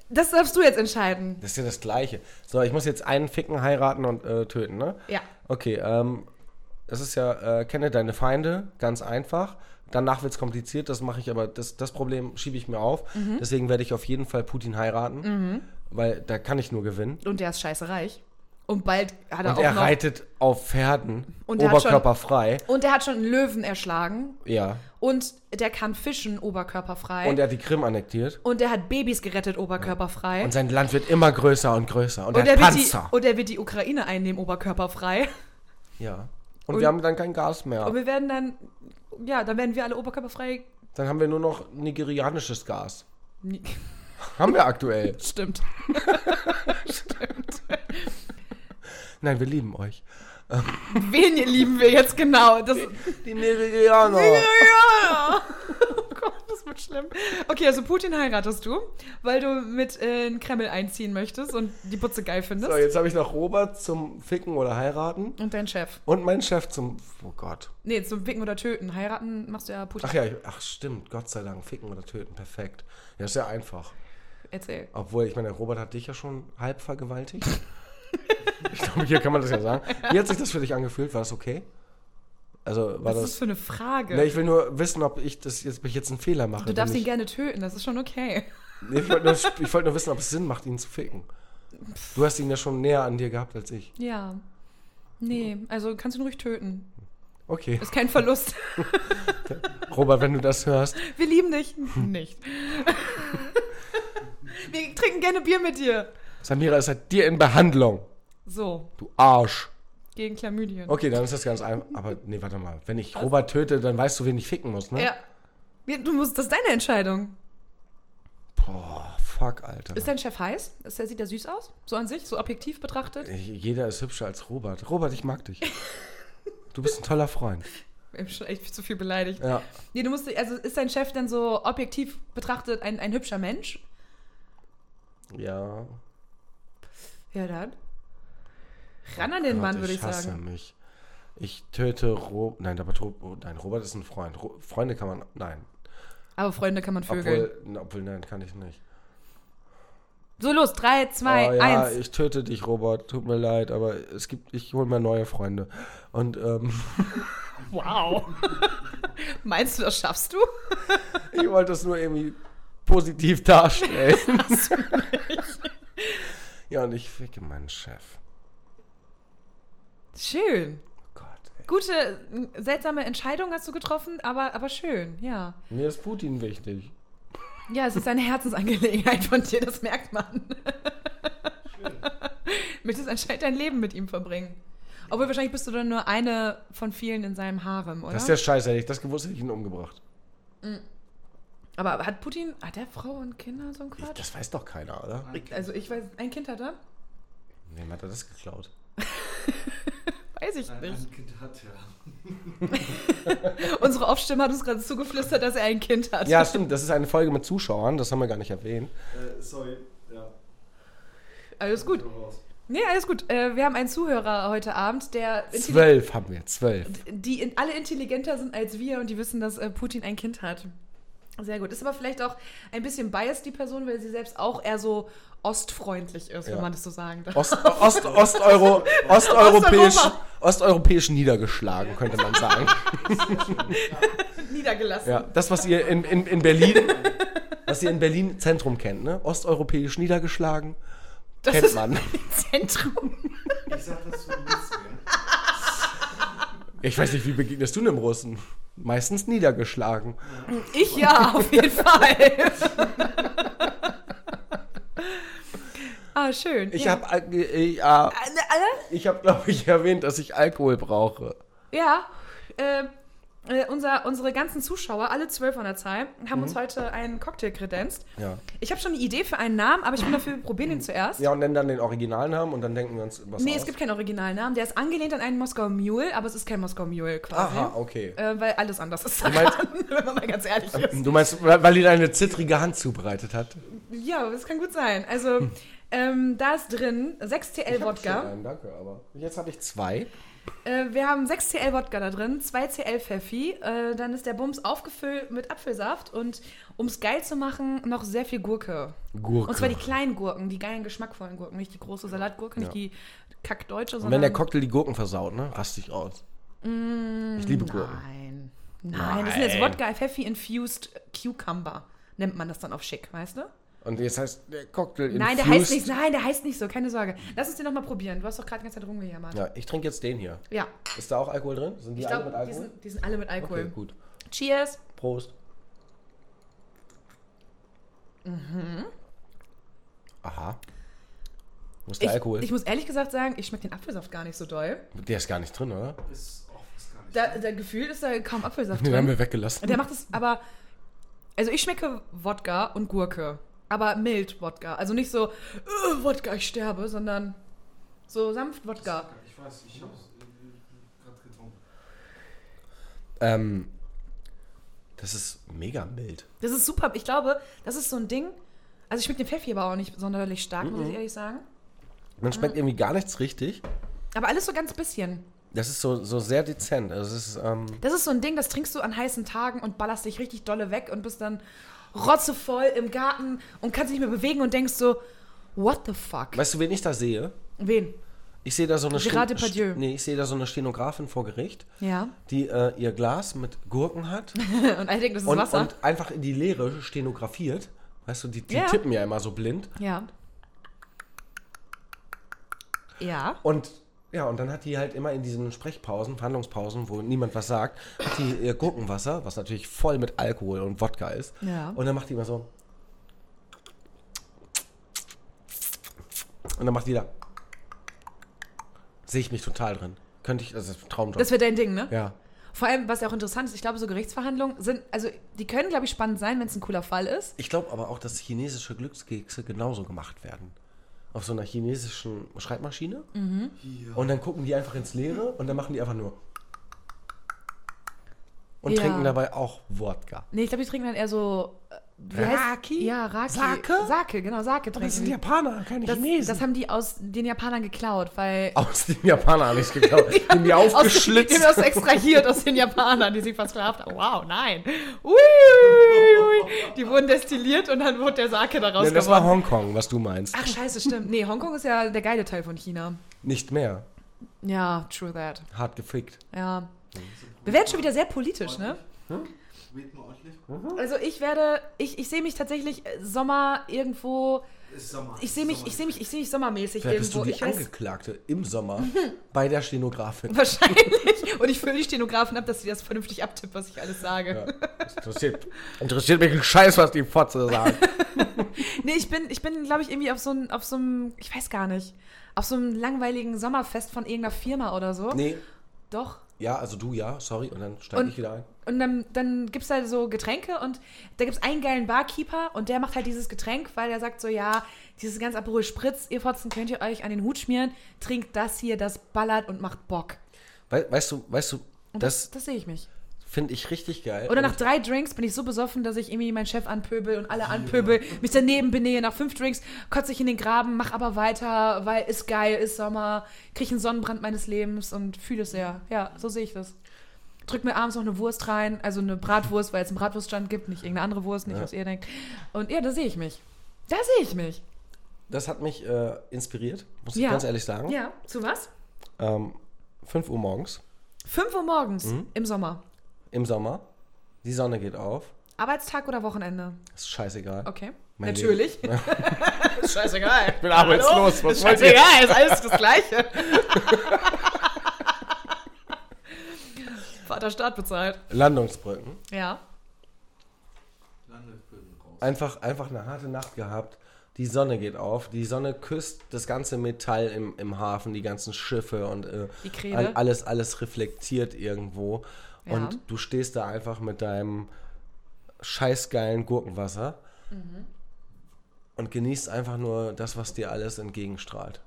C: Das darfst du jetzt entscheiden.
D: Das ist ja das Gleiche. So, ich muss jetzt einen ficken, heiraten und äh, töten, ne?
C: Ja.
D: Okay, ähm, das ist ja, äh, kenne deine Feinde, ganz einfach. Danach wird's kompliziert, das mache ich aber, das, das Problem schiebe ich mir auf.
C: Mhm.
D: Deswegen werde ich auf jeden Fall Putin heiraten, weil da kann ich nur gewinnen.
C: Und der ist scheiße reich. Und bald hat er
D: Und
C: auch
D: er
C: noch
D: reitet auf Pferden,
C: Und er hat schon-
D: oberkörperfrei.
C: Und er hat schon einen Löwen erschlagen.
D: Ja.
C: Und der kann fischen, oberkörperfrei.
D: Und er hat die Krim annektiert.
C: Und er hat Babys gerettet, oberkörperfrei.
D: Und sein Land wird immer größer und größer. Und,
C: Und
D: er
C: er,
D: hat
C: wird die,
D: Panzer.
C: und er wird die Ukraine einnehmen, oberkörperfrei.
D: ja. Und,
C: und-
D: wir haben dann kein Gas mehr.
C: Und wir werden dann, ja, dann werden wir alle oberkörperfrei.
D: Dann haben wir nur noch nigerianisches Gas.
C: Nee,
D: Haben wir aktuell.
C: Stimmt.
D: Nein, wir lieben euch.
C: Wen lieben wir jetzt genau? Das,
D: Die Nigerianer.
C: ja. Oh Gott, das das wird schlimm. Okay, also Putin heiratest du, weil du mit äh, in den Kreml einziehen möchtest und die Putze geil findest.
D: So, jetzt habe ich noch Robert zum Ficken oder Heiraten
C: Und dein Chef.
D: und meinen Chef zum. Oh Gott.
C: Nee, zum Ficken oder Töten. Heiraten machst du ja Putin.
D: Ach ja, ich, ach stimmt, Gott sei Dank, Ficken oder Töten, perfekt. Ja, ist ja einfach.
C: Erzähl.
D: Obwohl, ich meine, Robert hat dich ja schon halb vergewaltigt. ich glaube, hier kann man das ja sagen. Wie hat sich das für dich angefühlt? War das okay? Also, war
C: Was ist das
D: das.
C: für eine Frage?
D: Ne, ich will nur wissen, ob ich das jetzt, ob ich jetzt einen Fehler mache.
C: du darfst
D: wenn
C: ihn
D: ich,
C: gerne töten, das ist schon okay.
D: Nee, ich wollte nur, ich wollte nur wissen, ob es Sinn macht, ihn zu ficken. Du hast ihn ja schon näher an dir gehabt als ich.
C: Ja. Nee, also kannst du ihn ruhig töten.
D: Okay.
C: Ist kein Verlust.
D: Robert, wenn du das hörst.
C: Wir lieben dich. Nicht. Wir trinken gerne Bier mit dir.
D: Samira ist halt dir in Behandlung.
C: So,
D: Du Arsch.
C: gegen Chlamydien.
D: Okay, dann ist das ganz einfach. Aber nee, warte mal. Wenn ich Robert töte, dann weißt du, wen ich ficken muss, ne?
C: Ja. Ja, Du musst, das ist deine Entscheidung.
D: Boah, fuck, Alter.
C: Ist dein Chef heiß? Ist der, sieht der süß aus? So an sich, so objektiv betrachtet?
D: Ich- Jeder ist hübscher als Robert. Robert, ich mag dich. Du bist ein toller Freund.
C: Ich bin schon echt zu viel beleidigt.
D: Ja.
C: Nee, du musst, also ist dein Chef denn so objektiv betrachtet ein, ein hübscher Mensch?
D: Ja.
C: Ja, dann. Ran an den
D: Gott,
C: Mann, würde ich,
D: hasse
C: sagen.
D: mich. Ich töte Robert. Nein, aber Ro oh, nein, Robert ist ein Freund. Ro Freunde kann man. Nein.
C: Aber Freunde kann man vögeln.
D: Obwohl, na, obwohl, nein, kann ich nicht.
C: so, los, drei, zwei,
D: oh, ja,
C: eins.
D: ich töte dich, Robert. Tut mir leid, aber es gibt. Ich hole mir neue Freunde. Und ähm,
C: Wow. Meinst du, das schaffst du?
D: ich wollte das nur irgendwie positiv darstellen. ja, und ich ficke meinen Chef.
C: Schön.
D: Oh Gott, ey.
C: Gute, äh, seltsame Entscheidung hast du getroffen, aber, aber schön, ja.
D: Mir ist Putin wichtig.
C: Ja, es ist eine Herzensangelegenheit von dir, das merkt man. Möchtest anscheinend dein Leben mit ihm verbringen. Obwohl, wahrscheinlich bist du dann nur eine von vielen in seinem Harem, oder?
D: Das ist ja scheiße, hätte ich das gewusst, hätte ich ihn umgebracht.
C: aber hat Putin, hat er Frau und Kinder, so ein
D: Ich,
C: Quatsch?
D: das weiß doch keiner, oder?
C: also ich weiß, ein Kind hat er?
D: Wem hat er das geklaut?
C: Weiß ich
A: Ein,
C: nicht.
A: ein Kind hat er.
C: Unsere Off-Stimme hat uns gerade zugeflüstert, dass er ein Kind hat.
D: Ja, stimmt, das ist eine Folge mit Zuschauern, das haben wir gar nicht erwähnt.
A: Äh, sorry, ja.
C: Alles gut.
A: hau raus.
C: Nee, alles gut. Äh, wir haben einen Zuhörer heute Abend, der intelli-
D: Zwölf haben wir, zwölf.
C: die in, alle intelligenter sind als wir und die wissen, dass äh, Putin ein Kind hat. Sehr gut. Ist aber vielleicht auch ein bisschen biased, die Person, weil sie selbst auch eher so ostfreundlich ist,
D: Ja.
C: wenn man das so sagen darf.
D: Ost, Ost, Osteuro, osteuropäisch,
C: Osteuropa.
D: osteuropäisch niedergeschlagen, könnte man sagen.
C: Niedergelassen.
D: Ja, das, was ihr in, in, in Berlin, was ihr in Berlin Zentrum kennt, ne? Osteuropäisch niedergeschlagen,
C: das
D: kennt
C: ist
D: man.
C: Zentrum.
A: Ich sag dazu nichts mehr.
D: Ich weiß nicht, wie begegnest du einem Russen? Meistens niedergeschlagen.
C: Ich ja, auf jeden Fall. ah, schön.
D: Ich
C: ja.
D: hab, habe, äh, äh,
C: Alle- alle?
D: ich habe, glaube ich, erwähnt, dass ich Alkohol brauche.
C: Ja. Äh, äh, unser, unsere ganzen Zuschauer, alle zwölf an der Zahl, haben
D: Mhm.
C: uns heute einen Cocktail kredenzt.
D: Ja.
C: Ich habe schon eine Idee für einen Namen, aber ich bin dafür, wir probieren ihn zuerst.
D: Mhm. Ja, und nennen dann den Originalnamen und dann denken wir uns was
C: Nee,
D: aus.
C: es gibt keinen Originalnamen. Der ist angelehnt an einen Moskauer Mule, aber es ist kein Moskauer Mule quasi.
D: Aha, okay.
C: Äh, weil alles anders ist daran,
D: Ah. meinst-
C: wenn man mal ganz ehrlich ist.
D: Du meinst, weil weil die da eine zittrige Hand zubereitet hat?
C: Ja, aber das kann gut sein. Also,
D: Hm.
C: ähm, da ist drin 6CL Äh, Wodka.
D: Nein, danke, aber jetzt habe ich zwei.
C: Äh, wir haben 6CL Wodka da drin, 2CL Pfeffi. Äh, dann ist der Bums aufgefüllt mit Apfelsaft und um es geil zu machen, noch sehr viel Gurke.
D: Gurke.
C: Und zwar die kleinen Gurken, die geilen, geschmackvollen Gurken. Nicht die große Salatgurke, nicht
D: Ja.
C: die kackdeutsche,
D: und
C: sondern.
D: wenn der Cocktail die Gurken versaut, ne? Rast ich aus. ich liebe Gurken.
C: Mm, Nein. Nein, das sind jetzt
D: Nein.
C: Wodka Pfeffi Infused Cucumber. Nennt man das dann auf schick, weißt du?
D: Und jetzt heißt der Cocktail
C: Nein, der
D: infused-
C: heißt nicht, nein, der heißt nicht so, keine Sorge. Lass uns den nochmal probieren. Du hast doch gerade die ganze Zeit rumgejammert. Ja.
D: Ja, ich trinke jetzt den hier. Ist da auch Alkohol drin? Sind die
C: Ich
D: alle mit
C: glaube, die,
D: Alkohol?
C: sind- die sind alle mit Alkohol.
D: Okay, gut.
C: Cheers.
D: Prost. Mhm. Aha. Wo ist der
C: Ich,
D: Alkohol?
C: ich muss ehrlich gesagt sagen, ich schmecke den Apfelsaft gar nicht so doll.
D: der ist gar nicht drin, oder?
A: Ist auch was gar nicht.
C: Da, da gefühlt ist da kaum Apfelsaft
D: Den haben
C: drin.
D: wir weggelassen.
C: Der macht es aber. Also ich schmecke Wodka und Gurke. Aber mild Wodka. Also nicht so, "Äh, Wodka, ich sterbe, sondern so sanft Wodka.
A: Ich weiß, ich hab's äh, gerade getrunken.
D: Ähm, Das ist mega mild.
C: Das ist super. Ich glaube, das ist so ein Ding. Also ich schmecke den Pfeffi aber auch nicht sonderlich stark, muss
D: Mhm.
C: ich ehrlich sagen. Mhm.
D: Man schmeckt irgendwie gar nichts richtig.
C: Aber alles so ganz bisschen.
D: Das ist so, so sehr dezent. Also es ist, ähm,
C: Das ist so ein Ding, das trinkst du an heißen Tagen und ballerst dich richtig dolle weg und bist dann rotzevoll im Garten und kannst dich nicht mehr bewegen und denkst so, what the fuck?
D: weißt du, wen ich da sehe?
C: Wen?
D: Ich sehe da so eine Sten-
C: Gerard Depardieu.
D: St- nee, ich sehe da so eine Stenografin vor Gericht,
C: Ja.
D: die äh, ihr Glas mit Gurken hat
C: Und alle denken, das ist
D: und,
C: Wasser.
D: und einfach in die Leere stenografiert. Weißt du, die, die
C: Ja.
D: tippen ja immer so blind.
C: ja. Ja.
D: Und ja, und dann hat die halt immer in diesen Sprechpausen, Verhandlungspausen, wo niemand was sagt, hat die ihr Gurkenwasser, was natürlich voll mit Alkohol und Wodka ist.
C: Ja.
D: Und dann macht die immer so. Und dann macht die da. Sehe ich mich total drin. Könnte ich, das ist ein Traumjob.
C: Das wird dein Ding, ne?
D: ja.
C: Vor allem, was ja auch interessant ist, ich glaube, so Gerichtsverhandlungen sind, also die können, glaube ich, spannend sein, wenn es ein cooler Fall ist.
D: Ich glaube aber auch, dass chinesische Glückskekse genauso gemacht werden. Auf so einer chinesischen Schreibmaschine. Und dann gucken die einfach ins Leere und dann machen die einfach nur. Und
C: Ja.
D: trinken dabei auch Wodka.
C: Nee, ich glaube, die trinken dann eher so. äh, Wie
D: Raki?
C: Heißt, ja, Raki.
D: Sake?
C: Sake, genau, Sake trinken. die.
D: Japaner, keine
C: das, das haben die aus den Japanern geklaut, weil.
D: aus den Japanern habe ich es geklaut. Die haben die
C: Aus, die
D: aufgeschlitzt.
C: haben das extrahiert aus den Japanern, die sie versklavt haben. Wow, nein. Ui, ui, ui. Die wurden destilliert und dann wurde der Sake daraus
D: Nein, das war
C: gewonnen.
D: Hongkong, was du meinst.
C: Ach, scheiße, stimmt. Nee, Hongkong ist ja der geile Teil von China.
D: Nicht mehr.
C: Ja, true that.
D: Hart gefickt.
C: Ja. Wir werden schon wieder sehr politisch, ne?
A: Weht mal ordentlich.
C: Also ich werde, ich, ich sehe mich tatsächlich äh, Sommer irgendwo,
A: Es ist Sommer.
C: ich sehe mich, ich sehe mich, ich sehe mich sommermäßig
D: Vielleicht bist
C: irgendwo.
D: du die
C: ich weiß-
D: Angeklagte im Sommer bei der Stenografin.
C: wahrscheinlich. Und ich fülle die Stenografen ab, dass sie das vernünftig abtippt, was ich alles sage.
D: Ja, das interessiert, interessiert mich ein Scheiß, was die Fotze sagt.
C: Nee, ich bin, ich bin, glaube ich, irgendwie auf so einem, auf so einem, ich weiß gar nicht, auf so einem langweiligen Sommerfest von irgendeiner Firma oder so.
D: Nee,
C: Doch.
D: ja, also du ja, sorry, und dann steige
C: Und-
D: ich wieder ein.
C: Und dann, dann gibt es da so Getränke und da gibt es einen geilen Barkeeper und der macht halt dieses Getränk, weil er sagt so, ja, dieses ganz Aperol Spritz, ihr Fotzen, könnt ihr euch an den Hut schmieren, trinkt das hier, das ballert und macht Bock.
D: Wei- weißt du, weißt du,
C: Und das,
D: das
C: das sehe ich mich.
D: finde ich richtig geil.
C: Oder nach
D: Und
C: drei Drinks bin ich so besoffen, dass ich irgendwie meinen Chef anpöbel und alle anpöbel, mich daneben benähe. Nach fünf Drinks kotze ich in den Graben, mach aber weiter, weil ist geil, ist Sommer, krieg einen Sonnenbrand meines Lebens und fühle es sehr. Ja, so sehe ich das. Drück mir abends noch eine Wurst rein, also eine Bratwurst, weil es einen Bratwurststand gibt, nicht irgendeine andere Wurst, nicht
D: Ja.
C: was ihr denkt. Und ja, da sehe ich mich. Da sehe ich mich.
D: das hat mich äh, inspiriert, muss ich
C: Ja.
D: ganz ehrlich sagen.
C: Ja, zu was?
D: Ähm, 5 Uhr morgens
C: Fünf Uhr morgens
D: Mhm.
C: im Sommer.
D: im Sommer, die Sonne geht auf,
C: Arbeitstag oder Wochenende?
D: ist scheißegal.
C: Okay.
D: Mein
C: Natürlich. ist scheißegal. Ich
D: bin arbeitslos, was
C: ist
D: wollt ihr?
C: scheißegal, ist alles das Gleiche. Vater Staat bezahlt.
D: Landungsbrücken.
C: Ja.
A: Landesböden raus.
D: Einfach, einfach eine harte Nacht gehabt. Die Sonne geht auf, die Sonne küsst das ganze Metall im, im Hafen, die ganzen Schiffe und äh,
C: Die Kräne.
D: all- alles, alles reflektiert irgendwo.
C: Ja.
D: Und du stehst da einfach mit deinem scheißgeilen Gurkenwasser
C: Mhm.
D: und genießt einfach nur das, was dir alles entgegenstrahlt.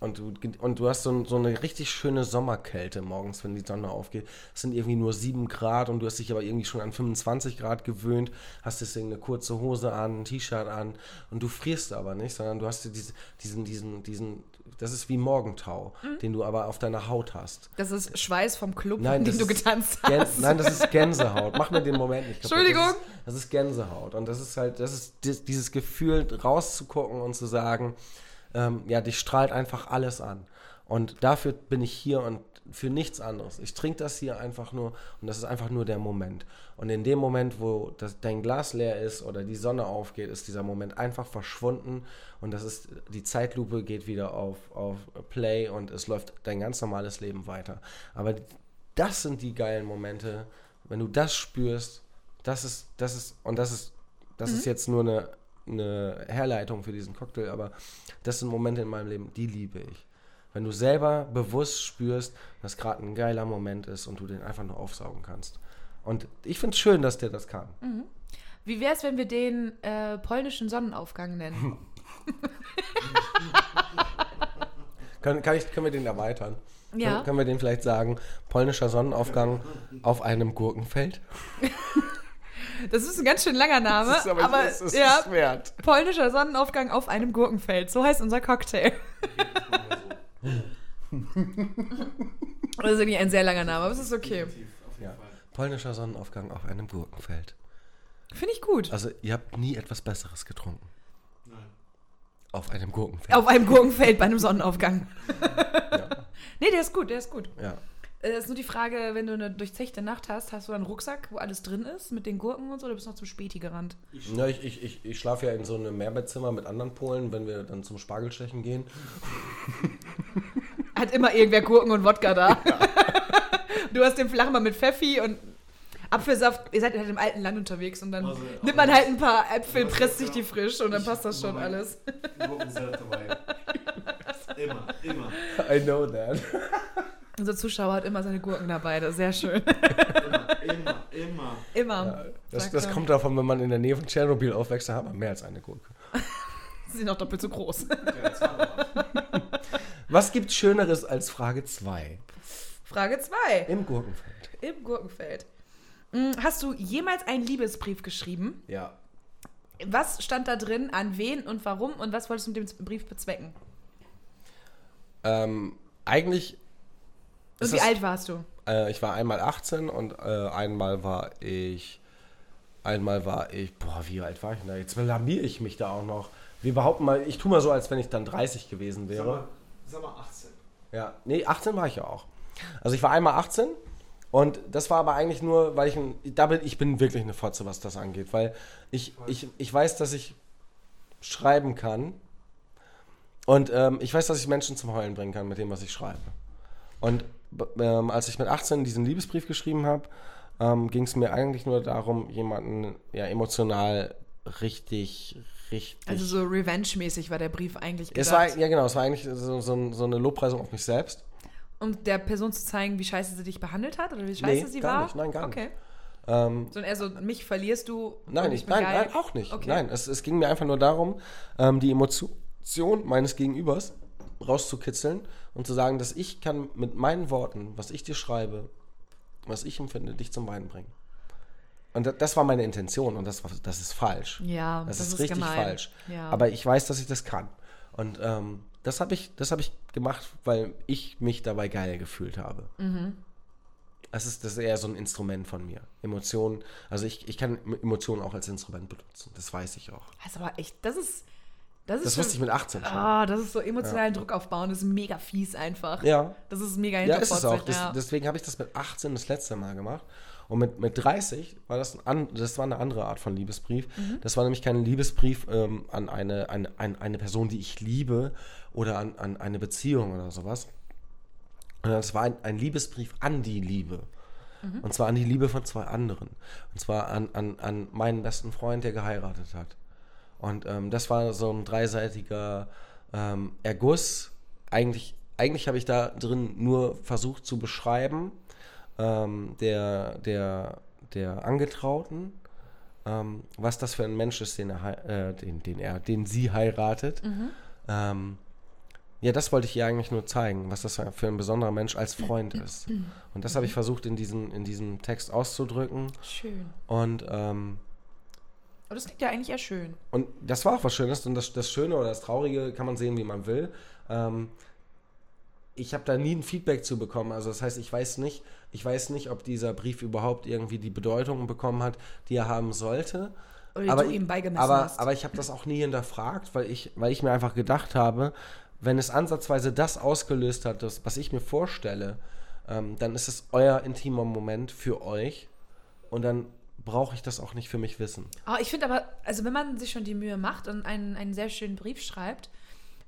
D: Und du, ge- und du hast so, ein- so eine richtig schöne Sommerkälte morgens, wenn die Sonne aufgeht. Es sind irgendwie nur 7 Grad und du hast dich aber irgendwie schon an 25 Grad gewöhnt, hast deswegen eine kurze Hose an, ein T-Shirt an und du frierst aber nicht, sondern du hast diese, diesen, diesen, diesen, das ist wie Morgentau,
C: Mhm.
D: den du aber auf deiner Haut hast.
C: Das ist Schweiß vom Club,
D: Nein,
C: in
D: das
C: dem du
D: ist
C: getanzt
D: Gän-
C: hast.
D: Nein, das ist Gänsehaut. Mach mir den Moment nicht kaputt.
C: Entschuldigung.
D: Das ist, das ist Gänsehaut. Und das ist halt, das ist di- dieses Gefühl, rauszugucken und zu sagen, ähm, ja, dich strahlt einfach alles an. Und dafür bin ich hier und für nichts anderes. Ich trinke das hier einfach nur und das ist einfach nur der Moment. Und in dem Moment, wo das, dein Glas leer ist oder die Sonne aufgeht, ist dieser Moment einfach verschwunden und das ist, die Zeitlupe geht wieder auf, auf Play und es läuft dein ganz normales Leben weiter. Aber das sind die geilen Momente, wenn du das spürst, das ist, das ist, und das ist, das ist jetzt nur eine, eine Herleitung für diesen Cocktail, aber das sind Momente in meinem Leben, die liebe ich. Wenn du selber bewusst spürst, dass gerade ein geiler Moment ist und du den einfach nur aufsaugen kannst. Und ich finde es schön, dass der das kann.
C: Wie wäre es, wenn wir den äh, polnischen Sonnenaufgang nennen?
D: Können, kann ich, können wir den erweitern?
C: Ja.
D: Können, können wir den vielleicht sagen, polnischer Sonnenaufgang auf einem Gurkenfeld?
C: Das ist ein ganz schön langer Name,
D: Das ist
C: aber,
D: aber, es ist
C: ja,
D: es wert.
C: polnischer Sonnenaufgang auf einem Gurkenfeld. So heißt unser Cocktail. Das ist irgendwie ein sehr langer Name, aber es ist okay.
D: Ja. Polnischer Sonnenaufgang auf einem Gurkenfeld.
C: Finde ich gut.
D: Also, ihr habt nie etwas Besseres getrunken.
A: Nein.
D: Auf einem Gurkenfeld.
C: Auf einem Gurkenfeld bei einem Sonnenaufgang.
D: Ja.
C: Nee, der ist gut, der ist gut.
D: ja.
C: Es ist nur die Frage, wenn du eine durchzechte Nacht hast, hast du einen Rucksack, wo alles drin ist, mit den Gurken und so, oder bist du noch zum Späti gerannt?
D: Ja, ich, ich, ich, ich schlafe ja in so einem Mehrbettzimmer mit anderen Polen, wenn wir dann zum Spargelstechen gehen.
C: Hat immer irgendwer Gurken und Wodka da. Du hast den Flachmann mit Pfeffi und Apfelsaft. Ihr seid halt im alten Land unterwegs und dann
A: Also,
C: nimmt man
A: aber-
C: halt ein paar Äpfel,
A: Also,
C: presst sich
A: ja.
C: die frisch und dann
A: Ich-
C: passt das schon
A: Moment.
C: alles.
A: Gurkensalat halt dabei. Immer, immer.
D: I know that.
C: Unser Zuschauer hat immer seine Gurken dabei, das ist sehr schön.
A: Immer, immer, immer.
C: Immer.
D: Das,
C: sagt
D: das
C: er.
D: kommt davon, wenn man in der Nähe von Tschernobyl aufwächst, dann hat man mehr als eine Gurke.
C: Sie sind auch doppelt so groß.
A: Ja, zauberhaft.
D: Was gibt Schöneres als Frage 2?
C: Frage 2.
D: Im Gurkenfeld.
C: Im Gurkenfeld. Hm, Hast du jemals einen Liebesbrief geschrieben?
D: Ja.
C: Was stand da drin, an wen und warum und was wolltest du mit dem Brief bezwecken?
D: Ähm, eigentlich.
C: Und
D: ist
C: wie
D: das-
C: alt warst du?
D: Äh, ich war einmal 18 und äh, einmal war ich. Einmal war ich. Boah, wie alt war ich denn da? Jetzt blamier ich mich da auch noch. Wir behaupten mal, ich tue mal so, als wenn ich dann 30 gewesen
A: Sag mal,
D: wäre.
A: sag mal 18.
D: Ja, nee, 18 war ich ja auch. Also ich war einmal 18 und das war aber eigentlich nur, weil ich ein, da bin, ich bin wirklich eine Fotze, was das angeht, weil ich, ich, ich weiß, dass ich schreiben kann und ähm, ich weiß, dass ich Menschen zum Heulen bringen kann mit dem, was ich schreibe. Und b- ähm, als ich mit 18 diesen Liebesbrief geschrieben habe, ähm, ging es mir eigentlich nur darum, jemanden ja emotional richtig, richtig
C: Also so Revenge-mäßig war der Brief eigentlich gedacht.
D: es war, ja genau, es war eigentlich so, so, so eine Lobpreisung auf mich selbst.
C: um der Person zu zeigen, wie scheiße sie dich behandelt hat oder wie scheiße
D: Nee,
C: sie
D: gar
C: war?
D: nicht, nein, gar nicht.
C: okay.
D: Ähm,
C: Sondern eher so, mich verlierst du
D: nein,
C: und
D: ich,
C: ich bin
D: nein,
C: Oh, geil.
D: nein, auch nicht.
C: Okay.
D: Nein, es, es ging mir einfach nur darum, ähm, die Emotion meines Gegenübers rauszukitzeln und zu sagen, dass ich kann mit meinen Worten, was ich dir schreibe, was ich empfinde, dich zum Weinen bringen. Und das, das war meine Intention und das, war, das ist falsch.
C: Ja,
D: das,
C: das
D: ist,
C: ist
D: richtig
C: gemein.
D: falsch.
C: Ja.
D: Aber ich weiß, dass ich das kann. Und ähm, das habe ich, das hab ich gemacht, weil ich mich dabei geil gefühlt habe.
C: Mhm.
D: Das ist, das ist eher so ein Instrument von mir. Emotionen, also ich, ich kann Emotionen auch als Instrument benutzen. Das weiß ich auch.
C: Das ist aber echt, das ist. Das, ist
D: Das wusste ich mit 18 schon.
C: Ah, das ist so emotionalen Druck aufbauen, das ist mega fies einfach.
D: Ja.
C: Das ist mega
D: Ja, ist es
C: hinterfotzig,
D: auch. Das,
C: ja.
D: Deswegen habe ich das mit 18 das letzte Mal gemacht. Und mit, mit 30 war das, ein an, das war eine andere Art von Liebesbrief.
C: Mhm.
D: Das war nämlich kein Liebesbrief ähm, an eine, an, an eine Person, die ich liebe oder an, an eine Beziehung oder sowas. Sondern es war ein, ein Liebesbrief an die Liebe.
C: Mhm.
D: Und zwar an die Liebe von zwei anderen. Und zwar an, an, an meinen besten Freund, der geheiratet hat. Und ähm, das war so ein dreiseitiger ähm, Erguss. Eigentlich, eigentlich habe ich da drin nur versucht zu beschreiben, ähm, der, der, der Angetrauten, ähm, was das für ein Mensch ist, den er, hei- äh, den, den er, den sie heiratet. Ähm, ja, das wollte ich ihr eigentlich nur zeigen, was das für ein besonderer Mensch als Freund ist. Und das habe ich versucht in diesem, in diesem Text auszudrücken.
C: Schön.
D: Und ähm,
C: Aber das klingt ja eigentlich eher schön.
D: und das war auch was Schönes. Und das, das Schöne oder das Traurige kann man sehen, wie man will. Ähm, ich habe da nie ein Feedback zu bekommen. Also das heißt, ich weiß nicht, ich weiß nicht, ob dieser Brief überhaupt irgendwie die Bedeutung bekommen hat, die er haben sollte.
C: Oder die du ihm beigemessen
D: aber,
C: hast.
D: aber ich habe das auch nie hinterfragt, weil ich, weil ich mir einfach gedacht habe, wenn es ansatzweise das ausgelöst hat, das, was ich mir vorstelle, ähm, dann ist es euer intimer Moment für euch und dann brauche ich das auch nicht für mich wissen.
C: Ah, ich finde aber, also wenn man sich schon die Mühe macht und einen, einen sehr schönen Brief schreibt,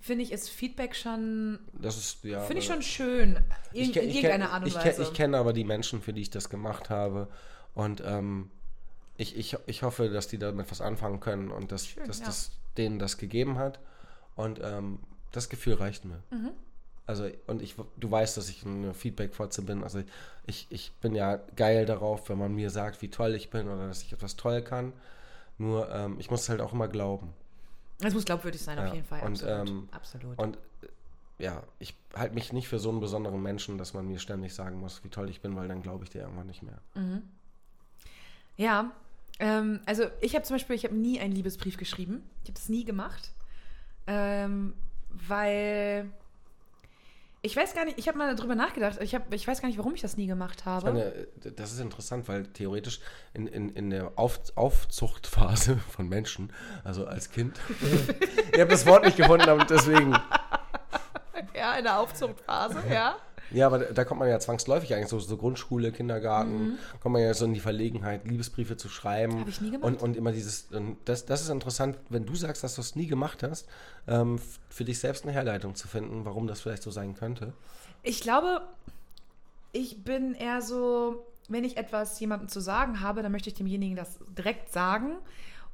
C: finde ich, ist Feedback schon,
D: Das ist ja.
C: finde ich
D: äh,
C: schon schön.
D: Ich
C: Irgend,
D: kenn-
C: in
D: ich
C: irgendeiner
D: kenn-
C: Art und
D: ich
C: Weise.
D: Kenn, ich kenne aber die Menschen, für die ich das gemacht habe. Und ähm, ich, ich, ich hoffe, dass die damit was anfangen können und dass,
C: Schön,
D: dass
C: ja.
D: das denen das gegeben hat. Und ähm, das Gefühl reicht mir.
C: Mhm.
D: Also, und ich, du weißt, dass ich eine Feedback-Fotze bin. Also, ich, ich bin ja geil darauf, wenn man mir sagt, wie toll ich bin oder dass ich etwas toll kann. Nur, ähm, ich muss es halt auch immer glauben.
C: Es muss glaubwürdig sein, auf
D: Ja,
C: jeden Fall.
D: und,
C: absolut.
D: ähm,
C: absolut.
D: Und äh, ja, ich halte mich nicht für so einen besonderen Menschen, dass man mir ständig sagen muss, wie toll ich bin, weil dann glaube ich dir irgendwann nicht mehr.
C: ja, Ähm, also ich habe zum Beispiel, ich habe nie einen Liebesbrief geschrieben. Ich habe das nie gemacht. Ähm, weil ich weiß gar nicht, ich habe mal darüber nachgedacht. Ich, hab, ich weiß gar nicht, warum ich das nie gemacht
D: Ich
C: habe.
D: meine, äh, das ist interessant, weil theoretisch in, in, in der Auf, Aufzuchtphase von Menschen, also als Kind, ich habe das Wort nicht gefunden, aber deswegen.
C: ja, in der Aufzuchtphase, ja.
D: Ja, aber da- da kommt man ja zwangsläufig eigentlich so, so Grundschule, Kindergarten, kommt man ja so in die Verlegenheit, Liebesbriefe zu schreiben.
C: Mhm. Hab ich nie gemacht.
D: Und, und immer dieses, und das, das ist interessant, wenn du sagst, dass du es nie gemacht hast, ähm, f- für dich selbst eine Herleitung zu finden, warum das vielleicht so sein könnte.
C: Ich glaube, ich bin eher so, wenn ich etwas jemandem zu sagen habe, dann möchte ich demjenigen das direkt sagen.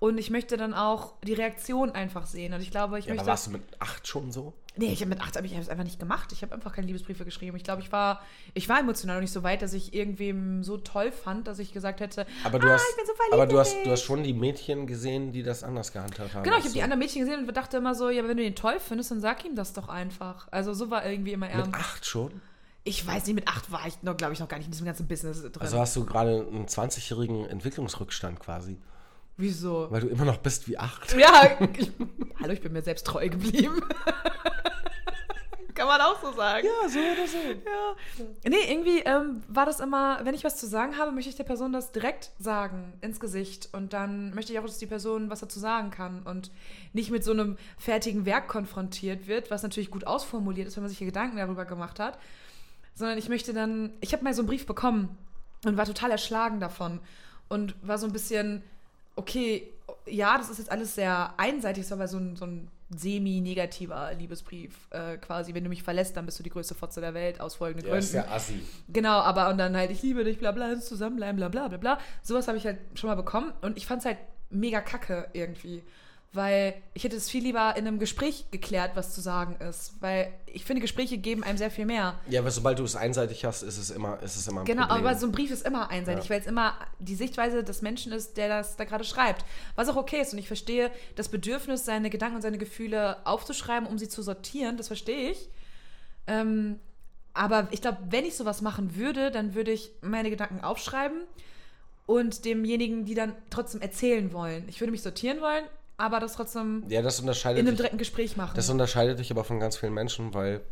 C: Und ich möchte dann auch die Reaktion einfach sehen. Und ich glaube, ich
D: Ja, aber
C: möchte.
D: warst du mit acht schon so?
C: Nee, ich habe mit 18, aber ich habe es einfach nicht gemacht. Ich habe einfach keine Liebesbriefe geschrieben. Ich glaube, ich war, ich war emotional noch nicht so weit, dass ich irgendwem so toll fand, dass ich gesagt hätte,
D: Aber du
C: ah,
D: hast,
C: ich bin so verliebt
D: aber du
C: in
D: hast, du
C: dich.
D: hast schon die Mädchen gesehen, die das anders gehandhabt haben.
C: Genau, ich habe
D: als
C: die
D: du.
C: anderen Mädchen gesehen und dachte immer so, ja, aber wenn du den toll findest, dann sag ihm das doch einfach. Also so war irgendwie immer er.
D: Mit acht schon?
C: Ich weiß nicht, mit acht war ich noch, glaube ich, noch gar nicht in diesem ganzen Business drin.
D: Also hast du gerade einen 20-jährigen Entwicklungsrückstand quasi,
C: Wieso?
D: weil du immer noch bist wie acht.
C: Ja, ich, hallo, ich bin mir selbst treu geblieben. Kann man auch so sagen.
D: Ja, so oder so.
C: Nee, irgendwie ähm, war das immer, wenn ich was zu sagen habe, möchte ich der Person das direkt sagen, ins Gesicht. Und dann möchte ich auch, dass die Person was dazu sagen kann und nicht mit so einem fertigen Werk konfrontiert wird, was natürlich gut ausformuliert ist, wenn man sich hier Gedanken darüber gemacht hat. Sondern ich möchte dann, ich habe mal so einen Brief bekommen und war total erschlagen davon und war so ein bisschen, okay, ja, das ist jetzt alles sehr einseitig, ist aber so ein, so ein semi-negativer Liebesbrief äh, quasi. Wenn du mich verlässt, dann bist du die größte Fotze der Welt aus folgenden
D: Ja,
C: Gründen.
D: ist ja assi.
C: Genau, aber und dann halt, ich liebe dich, bla bla, lass uns zusammenbleiben, bla bla bla bla. Sowas habe ich halt schon mal bekommen und ich fand es halt mega kacke irgendwie. Weil ich hätte es viel lieber in einem Gespräch geklärt, was zu sagen ist. Weil ich finde, Gespräche geben einem sehr viel mehr.
D: Ja, aber sobald du es einseitig hast, ist es immer, ist es immer ein
C: Genau,
D: Problem.
C: aber so ein Brief ist immer einseitig,
D: Ja.
C: weil es immer die Sichtweise des Menschen ist, der das da gerade schreibt. Was auch okay ist und ich verstehe das Bedürfnis, seine Gedanken und seine Gefühle aufzuschreiben, um sie zu sortieren, das verstehe ich. Ähm, aber ich glaube, wenn ich sowas machen würde, dann würde ich meine Gedanken aufschreiben und demjenigen, die dann trotzdem erzählen wollen. Ich würde mich sortieren wollen, aber das trotzdem
D: ja, das unterscheidet
C: in einem
D: dich-
C: direkten Gespräch machen.
D: Das unterscheidet dich aber von ganz vielen Menschen, weil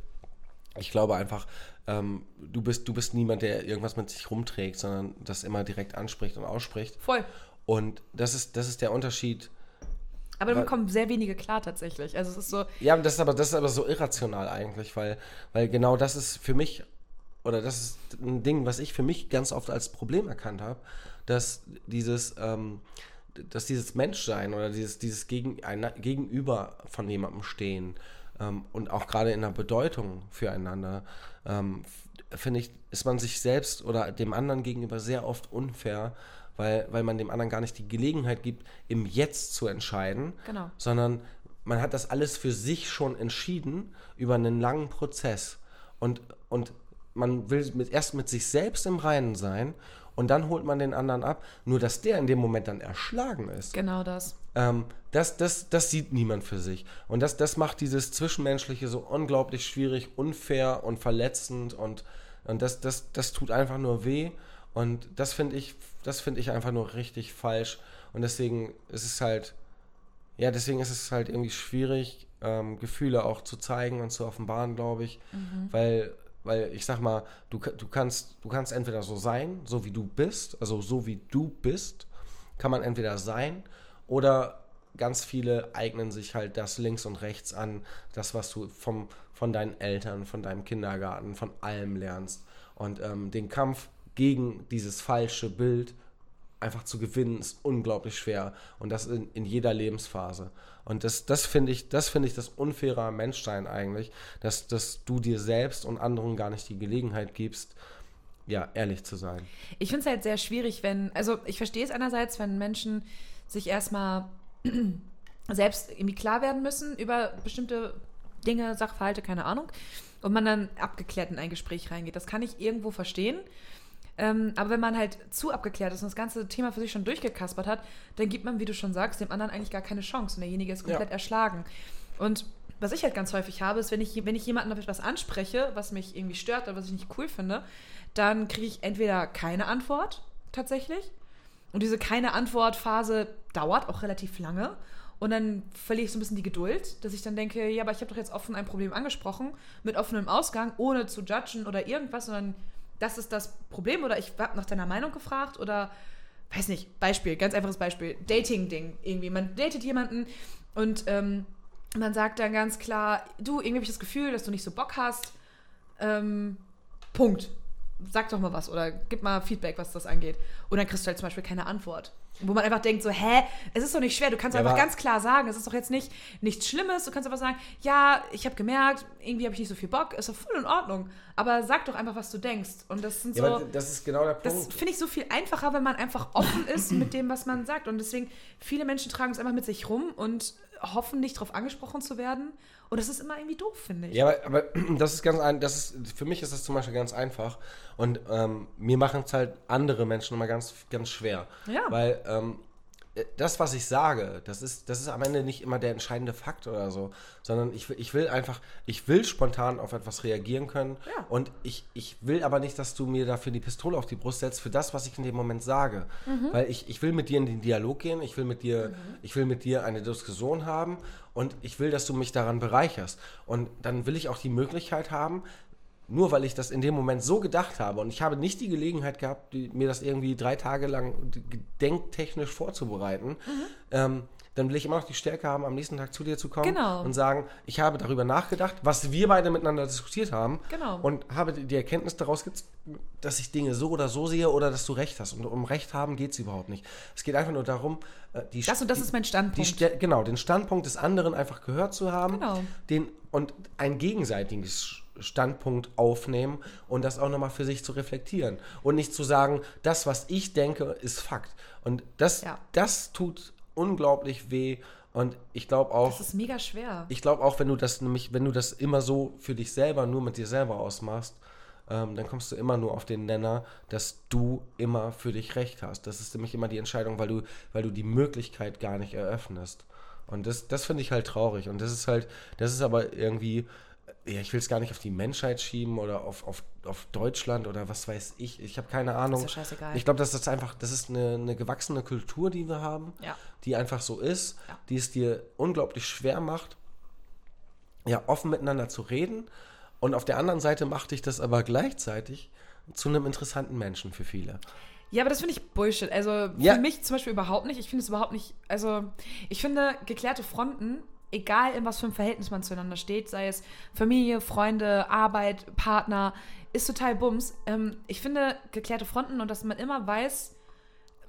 D: ich glaube einfach, ähm, du, bist, du bist niemand, der irgendwas mit sich rumträgt, sondern das immer direkt anspricht und ausspricht.
C: Voll.
D: Und das ist, das ist der Unterschied.
C: Aber damit
D: Weil-
C: kommen sehr wenige klar tatsächlich. Also es ist so,
D: Ja, aber das ist aber, das ist aber so irrational eigentlich, weil, weil genau das ist für mich, oder das ist ein Ding, was ich für mich ganz oft als Problem erkannt habe, dass dieses, ähm, dass dieses Menschsein oder dieses, dieses gegen, einer, Gegenüber von jemandem stehen ähm, und auch gerade in der Bedeutung füreinander, ähm, f- finde ich, ist man sich selbst oder dem anderen gegenüber sehr oft unfair, weil, weil man dem anderen gar nicht die Gelegenheit gibt, im Jetzt zu entscheiden,
C: Genau.
D: sondern man hat das alles für sich schon entschieden über einen langen Prozess. Und, und man will mit, erst mit sich selbst im Reinen sein und dann holt man den anderen ab, nur dass der in dem Moment dann erschlagen ist.
C: genau das.
D: Ähm, das, das, das sieht niemand für sich. Und das, das macht dieses Zwischenmenschliche so unglaublich schwierig, unfair und verletzend und, und das, das, das tut einfach nur weh. Und das finde ich, das finde ich einfach nur richtig falsch. Und deswegen ist es halt, ja, deswegen ist es halt irgendwie schwierig, ähm, Gefühle auch zu zeigen und zu offenbaren, glaube ich. Weil, weil ich sag mal, du, ka- du, kannst, du kannst entweder so sein, so wie du bist, also so wie du bist, kann man entweder sein oder ganz viele eignen sich halt das links und rechts an, das, was du vom, von deinen Eltern, von deinem Kindergarten, von allem lernst. Und ähm, den Kampf gegen dieses falsche Bild einfach zu gewinnen, ist unglaublich schwer. Und das in, in jeder Lebensphase. Und das, das finde ich, das finde ich das unfaire am Menschsein eigentlich, dass, dass du dir selbst und anderen gar nicht die Gelegenheit gibst, ja, ehrlich zu sein.
C: Ich finde es halt sehr schwierig, wenn, also ich verstehe es einerseits, wenn Menschen sich erstmal selbst irgendwie klar werden müssen über bestimmte Dinge, Sachverhalte, keine Ahnung, und man dann abgeklärt in ein Gespräch reingeht. Das kann ich irgendwo verstehen. Ähm, aber wenn man halt zu abgeklärt ist und das ganze Thema für sich schon durchgekaspert hat, dann gibt man, wie du schon sagst, dem anderen eigentlich gar keine Chance und derjenige ist komplett
D: Ja.
C: erschlagen. Und was ich halt ganz häufig habe, ist, wenn ich, wenn ich jemanden auf etwas anspreche, was mich irgendwie stört oder was ich nicht cool finde, dann kriege ich entweder keine Antwort tatsächlich Und diese keine Antwort Phase dauert auch relativ lange. Und dann verliere ich so ein bisschen die Geduld, dass ich dann denke, ja, aber ich habe doch jetzt offen ein Problem angesprochen, mit offenem Ausgang, ohne zu judgen oder irgendwas, sondern das ist das Problem oder ich habe nach deiner Meinung gefragt oder weiß nicht, Beispiel, ganz einfaches Beispiel, Dating-Ding irgendwie. Man datet jemanden und ähm, man sagt dann ganz klar, du, irgendwie habe ich das Gefühl, dass du nicht so Bock hast. Ähm, Punkt. Sag doch mal was oder gib mal Feedback, was das angeht. Und dann kriegst du halt zum Beispiel keine Antwort. Wo man einfach denkt, so, hä, es ist doch nicht schwer, du kannst
D: Ja,
C: einfach
D: aber-
C: ganz klar sagen, es ist doch jetzt nicht nichts Schlimmes, du kannst einfach sagen, ja, ich habe gemerkt, irgendwie habe ich nicht so viel Bock, ist doch voll in Ordnung, aber sag doch einfach, was du denkst. Und das sind
D: Ja,
C: so.
D: aber das ist genau der
C: Das
D: Punkt.
C: finde ich so viel einfacher, wenn man einfach offen ist mit dem, was man sagt. Und deswegen, viele Menschen tragen es einfach mit sich rum und hoffen nicht darauf angesprochen zu werden. Und das ist immer irgendwie doof, finde ich.
D: Ja, aber, aber das ist ganz ein, das ist für mich ist das zum Beispiel ganz einfach und ähm, mir machen es halt andere Menschen immer ganz ganz schwer,
C: Ja.
D: weil ähm, das, was ich sage, das ist das ist am Ende nicht immer der entscheidende Fakt oder so, sondern ich, will- ich will einfach ich will spontan auf etwas reagieren können
C: Ja.
D: und ich, ich will aber nicht, dass du mir dafür die Pistole auf die Brust setzt für das, was ich in dem Moment sage,
C: Mhm.
D: weil ich, ich will mit dir in den Dialog gehen, ich will mit dir ich will mit dir eine Diskussion haben und ich will, dass du mich daran bereicherst und dann will ich auch die Möglichkeit haben, nur weil ich das in dem Moment so gedacht habe und ich habe nicht die Gelegenheit gehabt, die, mir das irgendwie drei Tage lang gedenktechnisch vorzubereiten, ähm, dann will ich immer noch die Stärke haben, am nächsten Tag zu dir zu kommen
C: Genau.
D: und sagen, ich habe darüber nachgedacht, was wir beide miteinander diskutiert haben
C: Genau.
D: und habe die die Erkenntnis daraus, gez- dass ich Dinge so oder so sehe oder dass du recht hast. Und um Recht haben geht es überhaupt nicht. Es geht einfach nur darum, äh, die
C: Das und das
D: die-
C: ist mein Standpunkt.
D: die Ste- genau, den Standpunkt des anderen einfach gehört zu haben.
C: Genau.
D: Den, und einen gegenseitigen Sch- Standpunkt aufnehmen und das auch nochmal für sich zu reflektieren. Und nicht zu sagen, das, was ich denke, ist Fakt. Und das,
C: Ja.
D: das tut unglaublich weh. Und ich glaube auch,
C: Das ist mega schwer.
D: ich glaube auch, wenn du das nämlich, wenn du das immer so für dich selber, nur mit dir selber ausmachst, ähm, dann kommst du immer nur auf den Nenner, dass du immer für dich recht hast. Das ist nämlich immer die Entscheidung, weil du, weil du die Möglichkeit gar nicht eröffnest. Und das, das finde ich halt traurig. Und das ist halt, das ist aber irgendwie, äh, ja, ich will es gar nicht auf die Menschheit schieben oder auf, auf, auf Deutschland oder was weiß ich. Ich habe keine Ahnung.
C: ja scheißegal.
D: Ich glaube, das ist einfach, das ist eine, eine gewachsene Kultur, die wir haben,
C: Ja.
D: die einfach so ist,
C: Ja.
D: die es dir unglaublich schwer macht, ja, offen miteinander zu reden. Und auf der anderen Seite macht dich das aber gleichzeitig zu einem interessanten Menschen für viele.
C: Ja, aber das finde ich Bullshit. Also
D: Ja.
C: für mich zum Beispiel überhaupt nicht. Ich finde es überhaupt nicht. Also ich finde geklärte Fronten, egal in was für einem Verhältnis man zueinander steht, sei es Familie, Freunde, Arbeit, Partner, ist total Bums. Ähm, ich finde geklärte Fronten und dass man immer weiß,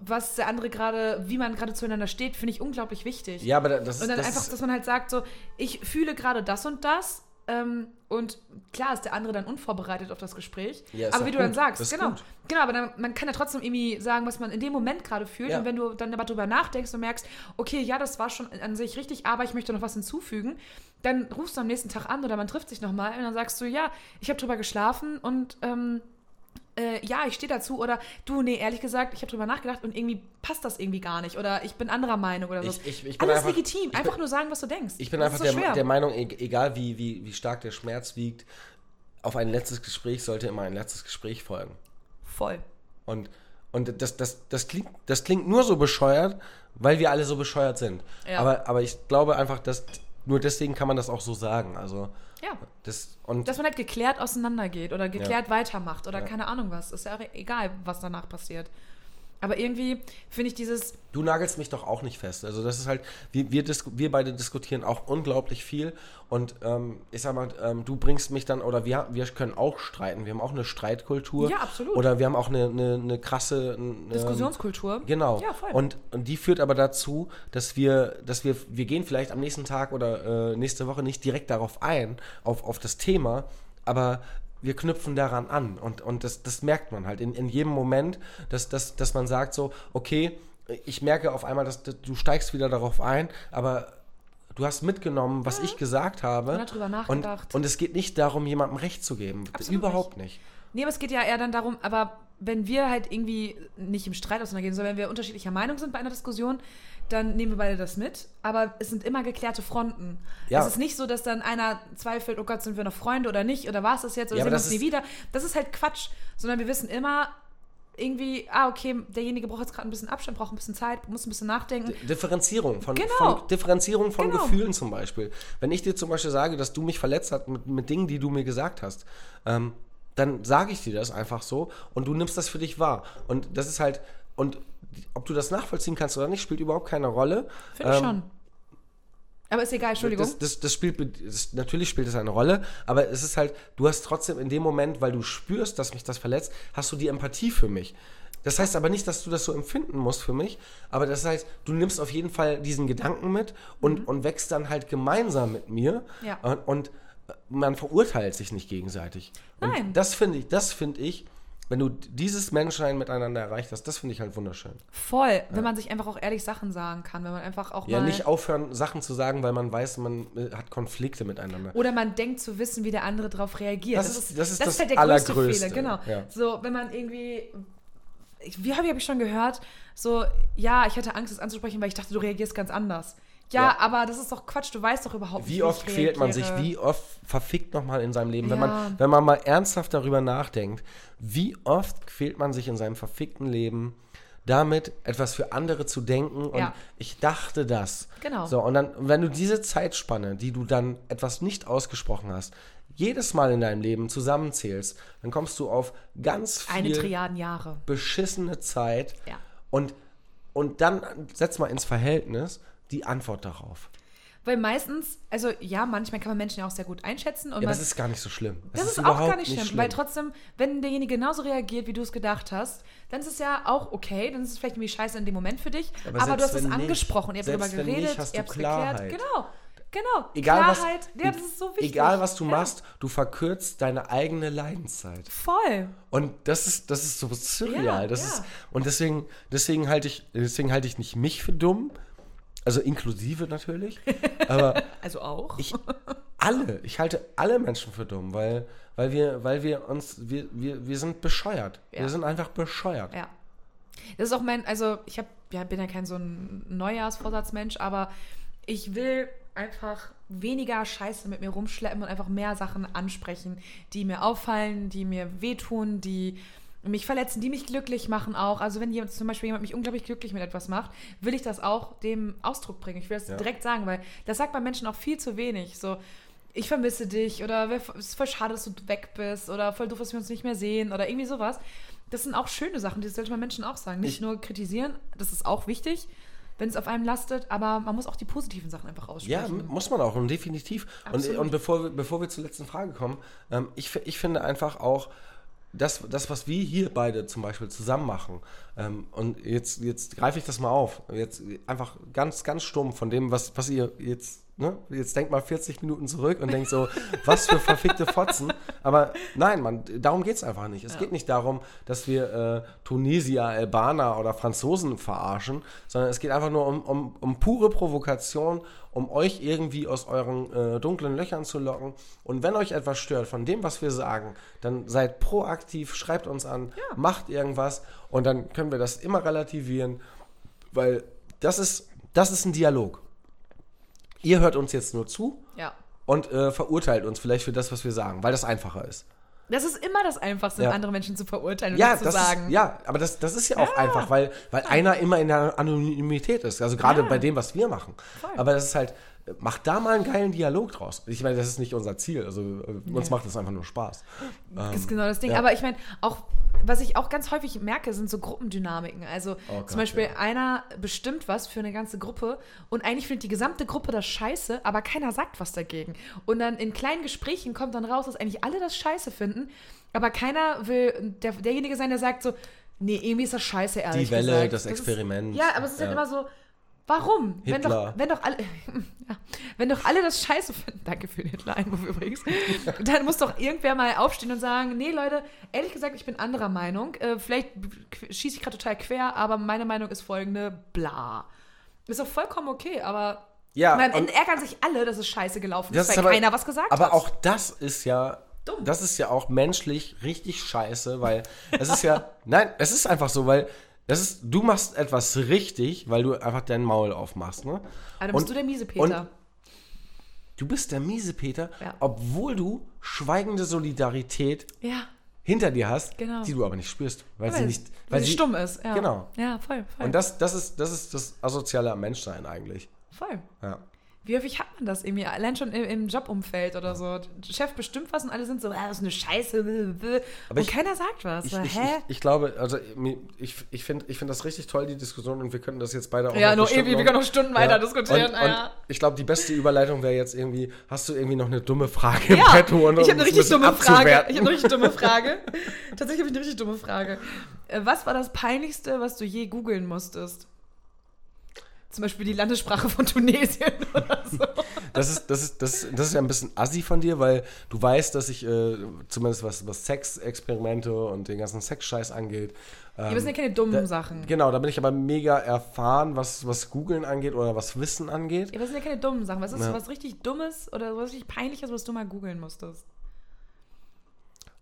C: was der andere gerade, wie man gerade zueinander steht, finde ich unglaublich wichtig.
D: Ja, aber da- das ist.
C: Und dann
D: das
C: einfach,
D: ist,
C: dass man halt sagt, so, ich fühle gerade das und das. Ähm, und klar ist der andere dann unvorbereitet auf das Gespräch.
D: Ja, ist
C: aber
D: doch
C: wie du
D: gut.
C: dann sagst,
D: Ist
C: genau.
D: gut.
C: Genau, aber dann, man kann ja trotzdem irgendwie sagen, was man in dem Moment gerade fühlt.
D: Ja.
C: Und wenn du dann aber drüber nachdenkst und merkst, okay, ja, das war schon an sich richtig, aber ich möchte noch was hinzufügen, dann rufst du am nächsten Tag an oder man trifft sich nochmal und dann sagst du, ja, ich habe drüber geschlafen und ähm, äh, ja, ich stehe dazu oder du, nee, ehrlich gesagt, ich habe drüber nachgedacht und irgendwie passt das irgendwie gar nicht oder ich bin anderer Meinung oder so.
D: Ich- ich- ich bin
C: Alles
D: einfach-
C: legitim,
D: ich bin-
C: einfach nur sagen, was du denkst.
D: ich bin
C: Das
D: einfach
C: ist so
D: der,
C: schwer.
D: der Meinung, e- egal wie, wie, wie stark der Schmerz wiegt, auf ein letztes Gespräch sollte immer ein letztes Gespräch folgen.
C: Voll.
D: Und, und das, das, das, klingt, das klingt nur so bescheuert, weil wir alle so bescheuert sind.
C: Ja.
D: Aber, aber ich glaube einfach, dass nur deswegen kann man das auch so sagen. Also
C: Ja.
D: das und
C: Dass man halt geklärt auseinandergeht oder geklärt weitermacht oder
D: Ja.
C: keine Ahnung was. Ist ja auch egal, was danach passiert. Aber irgendwie finde ich dieses,
D: du nagelst mich doch auch nicht fest. Also das ist halt, wir, wir, disku- wir beide diskutieren auch unglaublich viel und ähm, ich sag mal, ähm, du bringst mich dann, oder wir, wir können auch streiten, wir haben auch eine Streitkultur.
C: Ja, absolut.
D: Oder wir haben auch eine, eine, eine krasse eine,
C: Diskussionskultur.
D: Genau.
C: Ja, voll.
D: Und, und die führt aber dazu, dass wir, dass wir, wir gehen vielleicht am nächsten Tag oder äh, nächste Woche nicht direkt darauf ein, auf, auf das Thema, aber wir knüpfen daran an. Und, und das, das merkt man halt in, in jedem Moment, dass, dass, dass man sagt so, okay, ich merke auf einmal, dass, dass du steigst wieder darauf ein, aber du hast mitgenommen, was ich gesagt habe.
C: Man hat drüber nachgedacht.
D: Und, und es geht nicht darum, jemandem Recht zu geben.
C: Absolut
D: Überhaupt nicht.
C: Nee, aber es geht ja eher dann darum, aber wenn wir halt irgendwie nicht im Streit auseinandergehen, sondern wenn wir unterschiedlicher Meinung sind bei einer Diskussion, dann nehmen wir beide das mit. Aber es sind immer geklärte Fronten.
D: Ja.
C: Es ist nicht so, dass dann einer zweifelt, oh Gott, sind wir noch Freunde oder nicht? Oder war es das jetzt? Oder
D: Ja, aber
C: sehen wir
D: das
C: uns nie
D: ist-
C: wieder? Das ist halt Quatsch. Sondern wir wissen immer, irgendwie, ah, okay, derjenige braucht jetzt gerade ein bisschen Abstand, braucht ein bisschen Zeit, muss ein bisschen nachdenken.
D: Differenzierung von,
C: Genau.
D: von Differenzierung von
C: Genau.
D: Gefühlen zum Beispiel. Wenn ich dir zum Beispiel sage, dass du mich verletzt hast mit, mit Dingen, die du mir gesagt hast, ähm, dann sage ich dir das einfach so und du nimmst das für dich wahr. Und das ist halt, und ob du das nachvollziehen kannst oder nicht, spielt überhaupt keine Rolle.
C: Finde ich
D: Ähm,
C: schon. Aber ist egal, Entschuldigung.
D: Das, das, das spielt, das, natürlich spielt das eine Rolle, aber es ist halt, du hast trotzdem in dem Moment, weil du spürst, dass mich das verletzt, hast du die Empathie für mich. Das heißt aber nicht, dass du das so empfinden musst für mich, aber das heißt, du nimmst auf jeden Fall diesen Gedanken mit und, und wächst dann halt gemeinsam mit mir
C: Mhm. Ja.
D: und, und man verurteilt sich nicht gegenseitig.
C: Nein.
D: Und das finde ich, das finde ich, wenn du dieses Menschsein miteinander erreicht hast, das finde ich halt wunderschön.
C: Voll, wenn man sich einfach auch ehrlich Sachen sagen kann, wenn man einfach auch
D: Ja,
C: mal...
D: nicht aufhören, Sachen zu sagen, weil man weiß, man äh, hat Konflikte miteinander.
C: Oder man denkt zu wissen, wie der andere darauf reagiert.
D: Das ist- das ist das
C: halt der
D: Allergrößte,
C: größte Fehler, genau.
D: ja.
C: So, wenn man irgendwie, ich, wie habe ich, hab ich schon gehört, so, ja, ich hatte Angst, es anzusprechen, weil ich dachte, du reagierst ganz anders. Ja,
D: Ja.
C: aber das ist doch Quatsch, du weißt doch überhaupt nicht,
D: Wie oft
C: ich
D: quält man sich,
C: reagiere.
D: wie oft verfickt nochmal in seinem Leben, wenn,
C: Ja.
D: man, wenn man mal ernsthaft darüber nachdenkt, wie oft quält man sich in seinem verfickten Leben damit, etwas für andere zu denken und
C: Ja.
D: ich dachte das.
C: Genau.
D: So, und dann, wenn du diese Zeitspanne, die du dann etwas nicht ausgesprochen hast, jedes Mal in deinem Leben zusammenzählst, dann kommst du auf ganz viel
C: Eine Triaden Jahre.
D: beschissene Zeit
C: Ja.
D: und, und dann setz mal ins Verhältnis die Antwort darauf.
C: Weil meistens, also ja, manchmal kann man Menschen ja auch sehr gut einschätzen. Und
D: Ja,
C: man,
D: das ist gar nicht so schlimm.
C: Das, ist, auch
D: überhaupt
C: gar nicht schlimm, weil trotzdem, wenn derjenige genauso reagiert, wie du es gedacht hast, dann ist es ja auch okay, dann ist es vielleicht irgendwie scheiße in dem Moment für dich, aber,
D: selbst
C: du hast es
D: wenn nicht,
C: angesprochen, ihr habt darüber
D: selbst wenn
C: geredet,
D: nicht, hast du
C: ihr habt es geklärt.
D: Klarheit.
C: Genau, genau.
D: egal,
C: Klarheit,
D: was, e-,
C: ja, das ist so wichtig.
D: Egal, was du
C: Ja,
D: machst, du verkürzt deine eigene Leidenszeit.
C: Voll.
D: Und das ist, das ist so surreal.
C: Ja,
D: das
C: ja.
D: Ist, und deswegen, deswegen halte ich, deswegen halte ich nicht mich für dumm, also inklusive natürlich, aber
C: Also auch.
D: ich alle, ich halte alle Menschen für dumm, weil, weil wir, weil wir uns, wir, wir, wir sind bescheuert.
C: Ja.
D: Wir sind einfach bescheuert.
C: Ja. Das ist auch mein, also ich hab, ja, bin ja kein so ein Neujahrsvorsatzmensch, aber ich will einfach weniger Scheiße mit mir rumschleppen und einfach mehr Sachen ansprechen, die mir auffallen, die mir wehtun, die mich verletzen, die mich glücklich machen auch. Also wenn jemand, zum Beispiel jemand mich unglaublich glücklich mit etwas macht, will ich das auch dem Ausdruck bringen. Ich will das
D: Ja.
C: direkt sagen, weil das sagt bei Menschen auch viel zu wenig. So, ich vermisse dich oder "Wer- es ist voll schade, dass du weg bist oder voll doof, dass wir uns nicht mehr sehen oder irgendwie sowas. Das sind auch schöne Sachen, die sollte man Menschen auch sagen. Nicht
D: Ich-
C: nur kritisieren, das ist auch wichtig, wenn es auf einem lastet, aber man muss auch die positiven Sachen einfach
D: Ja,
C: aussprechen.
D: m- muss man auch und definitiv. Und,
C: Absolut.
D: und bevor, wir, bevor wir zur letzten Frage kommen, ähm, ich, fi- ich finde einfach auch, das, das, was wir hier beide zum Beispiel zusammen machen, ähm, und jetzt, jetzt greife ich das mal auf, jetzt einfach ganz, ganz stumm von dem, was, was ihr jetzt, ne, jetzt denkt mal 40 Minuten zurück und denkt so, was für verfickte Fotzen. Aber nein, man, darum geht es einfach nicht. Es geht nicht darum, dass wir äh, Tunesier, Albaner oder Franzosen verarschen, sondern es geht einfach nur um, um, um pure Provokation, um euch irgendwie aus euren äh, dunklen Löchern zu locken. Und wenn euch etwas stört von dem, was wir sagen, dann seid proaktiv, schreibt uns an, macht irgendwas und dann können wir das immer relativieren, weil das ist, das ist ein Dialog. Ihr hört uns jetzt nur zu
C: ja.
D: und äh, verurteilt uns vielleicht für das, was wir sagen, weil das einfacher ist.
C: Das ist immer das Einfachste,
D: Ja.
C: andere Menschen zu verurteilen und
D: Ja,
C: nicht zu
D: das
C: sagen.
D: Ist, ja, aber das, das ist ja auch einfach, weil, weil einer immer in der Anonymität ist. Also gerade
C: Ja.
D: bei dem, was wir machen. Aber das ist halt, äh, macht da mal einen geilen Dialog draus. Ich meine, das ist nicht unser Ziel. Also äh, uns macht das einfach nur Spaß.
C: Das ist genau das Ding.
D: Ähm, ja.
C: Aber ich meine, auch was ich auch ganz häufig merke, sind so Gruppendynamiken. Also
D: Oh Gott,
C: zum Beispiel
D: ja.
C: einer bestimmt was für eine ganze Gruppe und eigentlich findet die gesamte Gruppe das scheiße, aber keiner sagt was dagegen. Und dann in kleinen Gesprächen kommt dann raus, dass eigentlich alle das scheiße finden, aber keiner will der, derjenige sein, der sagt so, nee, irgendwie ist das scheiße, ehrlich
D: Die Welle,
C: gesagt.
D: das
C: ist-
D: Experiment.
C: Ja, aber es ist halt
D: Ja.
C: immer so, warum? Wenn doch,
D: Hitler.
C: wenn doch alle, ja, wenn doch alle das Scheiße finden, danke für den Hitler-Einwurf übrigens, dann muss doch irgendwer mal aufstehen und sagen, nee Leute, ehrlich gesagt, ich bin anderer Meinung, äh, vielleicht schieße ich gerade total quer, aber meine Meinung ist folgende, bla. Ist doch vollkommen okay, aber
D: Ja,
C: am
D: und-
C: Ende ärgern sich alle, dass es scheiße gelaufen
D: Das
C: ist,
D: ist
C: weil
D: aber,
C: keiner was gesagt
D: aber
C: hat.
D: auch das ist ja.
C: Dumm.
D: Das ist ja auch menschlich richtig scheiße, weil es ist ja. nein, es ist einfach so, weil das ist, du machst etwas richtig, weil du einfach dein Maul aufmachst, ne?
C: aber Ah, dann
D: und-
C: bist du der miese
D: und-
C: Peter.
D: Du bist der miese Peter,
C: Ja.
D: obwohl du schweigende Solidarität
C: Ja,
D: hinter dir hast,
C: Genau.
D: die du aber nicht spürst, weil,
C: Weil-
D: sie nicht,
C: weil sie stumm ist. Ja.
D: Genau.
C: Ja, voll, voll.
D: Und das, das ist, das ist das asoziale am Menschsein eigentlich.
C: voll.
D: Ja.
C: Wie häufig hat man das irgendwie? Allein schon im, im Jobumfeld oder so. Der Chef bestimmt was und alle sind so, ah, das ist eine Scheiße. bläh, bläh.
D: Aber ich-
C: und keiner sagt was.
D: Ich,
C: So,
D: ich, ich,
C: Hä?
D: ich glaube, also mir- ich, ich finde ich find das richtig toll, die Diskussion, und wir könnten das jetzt beide auch
C: ja,
D: noch
C: noch
D: bestimmt
C: ewig, wir können noch Stunden weiter
D: Ja.
C: diskutieren. ah,
D: Und, und
C: ja.
D: ich glaube, die beste Überleitung wäre jetzt irgendwie, hast du irgendwie noch eine dumme Frage im
C: ja,
D: Petto? Und,
C: ich
D: um
C: habe eine
D: es
C: richtig
D: bisschen
C: dumme Frage.
D: abzuwerten?
C: Ich habe eine richtig dumme Frage. Tatsächlich habe ich eine richtig dumme Frage. Äh, Was war das Peinlichste, was du je googeln musstest? Zum Beispiel die Landessprache von Tunesien oder so.
D: Das ist, das, ist, das, das ist ja ein bisschen assi von dir, weil du weißt, dass ich äh, zumindest was, was Sexexperimente und den ganzen Sexscheiß angeht. Ähm,
C: Ja, das sind ja keine dummen
D: da-
C: Sachen. Ja,
D: Genau, da bin ich aber mega erfahren, was, was Googeln angeht oder was Wissen angeht.
C: aber das sind ja keine dummen Sachen. Was ist
D: Ja.
C: was richtig Dummes oder was richtig Peinliches, was du mal googeln musstest?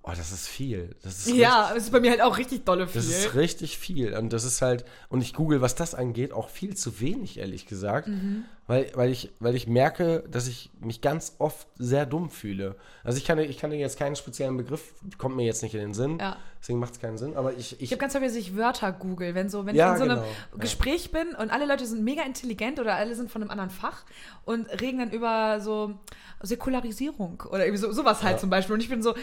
D: Oh, das ist viel. Das ist
C: Ja, es ist bei mir halt auch richtig dolle viel.
D: Das ist richtig viel. Und das ist halt, und ich google, was das angeht, auch viel zu wenig, ehrlich gesagt.
C: Mhm.
D: Weil, weil, ich, weil ich merke, dass ich mich ganz oft sehr dumm fühle. Also ich kann, dir- ich kann dir jetzt keinen speziellen Begriff, kommt mir jetzt nicht in den Sinn.
C: Ja.
D: Deswegen macht es keinen Sinn. Aber ich,
C: Ich
D: ich,
C: habe ganz häufig dass ich Wörter google, wenn so, wenn
D: Ja,
C: ich in so einem
D: genau, ja.
C: Gespräch bin und alle Leute sind mega intelligent oder alle sind von einem anderen Fach und reden dann über so Säkularisierung oder irgendwie so, sowas halt zum Beispiel. Und ich bin so,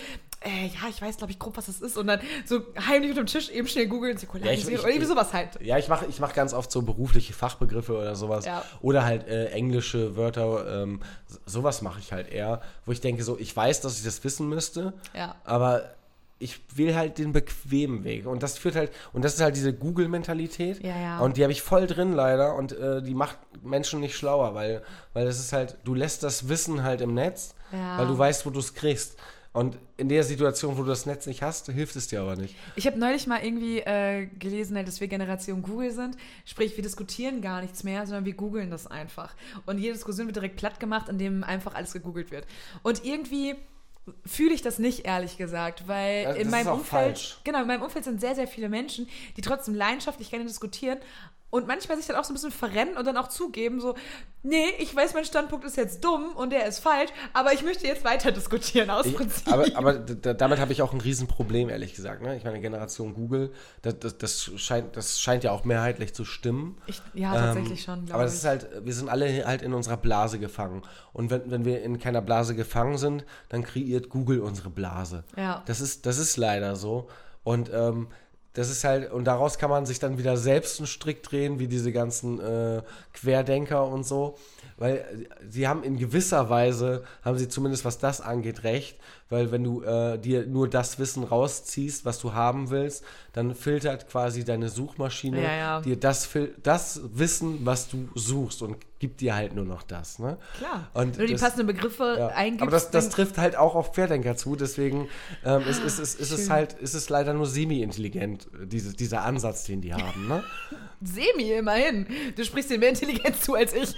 C: äh, ja, ich weiß, glaube ich, grob, was das ist. Und dann so heimlich unter dem Tisch eben schnell googeln, Säkularisierung
D: ich-
C: oder irgendwie
D: ich-
C: sowas halt.
D: ja, ich mache ich mach ganz oft so berufliche Fachbegriffe oder sowas.
C: Ja.
D: Oder halt äh, englische Wörter. Ähm, so- sowas mache ich halt eher, wo ich denke, so, ich weiß, dass ich das wissen müsste.
C: Ja.
D: Aber ich will halt den bequemen Weg. Und das führt halt, und das ist halt diese Google-Mentalität.
C: Ja, ja.
D: Und die habe ich voll drin leider. Und äh, die macht Menschen nicht schlauer, weil, weil das ist halt, du lässt das Wissen halt im Netz,
C: Ja.
D: weil du weißt, wo du es kriegst. Und in der Situation, wo du das Netz nicht hast, hilft es dir aber nicht.
C: Ich habe neulich mal irgendwie äh, gelesen, halt, dass wir Generation Google sind. Sprich, wir diskutieren gar nichts mehr, sondern wir googeln das einfach. Und jede Diskussion wird direkt platt gemacht, indem einfach alles gegoogelt wird. Und irgendwie fühle ich das nicht, ehrlich gesagt, weil
D: Also,
C: in
D: das
C: meinem
D: ist auch
C: Umfeld,
D: falsch.
C: genau, in meinem Umfeld sind sehr, sehr viele Menschen, die trotzdem leidenschaftlich gerne diskutieren und manchmal sich dann auch so ein bisschen verrennen und dann auch zugeben, so, nee, ich weiß, mein Standpunkt ist jetzt dumm und der ist falsch, aber ich möchte jetzt weiter diskutieren aus
D: Ich,
C: Prinzip.
D: aber aber d- d- damit habe ich auch ein Riesenproblem, ehrlich gesagt. Ne? Ich meine, Generation Google, das, das, das, scheint, das scheint ja auch mehrheitlich zu stimmen.
C: Ich- ja, tatsächlich
D: Ähm,
C: schon, glaub
D: Aber
C: ich.
D: das ist halt, wir sind alle halt in unserer Blase gefangen. Und wenn, wenn wir in keiner Blase gefangen sind, dann kreiert Google unsere Blase.
C: Ja.
D: Das ist, das ist leider so. Und ähm, das ist halt, und daraus kann man sich dann wieder selbst einen Strick drehen, wie diese ganzen äh, Querdenker und so. Weil äh, sie haben in gewisser Weise, haben sie zumindest was das angeht, recht, weil wenn du äh, dir nur das Wissen rausziehst, was du haben willst, dann filtert quasi deine Suchmaschine
C: Ja, ja.
D: ne? dir das, fil- das Wissen, was du suchst und gibt dir halt nur noch das. Ne?
C: Klar.
D: Und
C: Nur die
D: das-
C: passenden Begriffe
D: Ja.
C: eingibst.
D: Aber das, das
C: dann-
D: trifft halt auch auf Querdenker zu, deswegen ähm, ist, ist, ist, ist es
C: Schön.
D: halt, ist es leider nur semi-intelligent, äh, diese, dieser Ansatz, den die haben. Ne?
C: Semi immerhin. Du sprichst dir mehr Intelligenz zu als ich.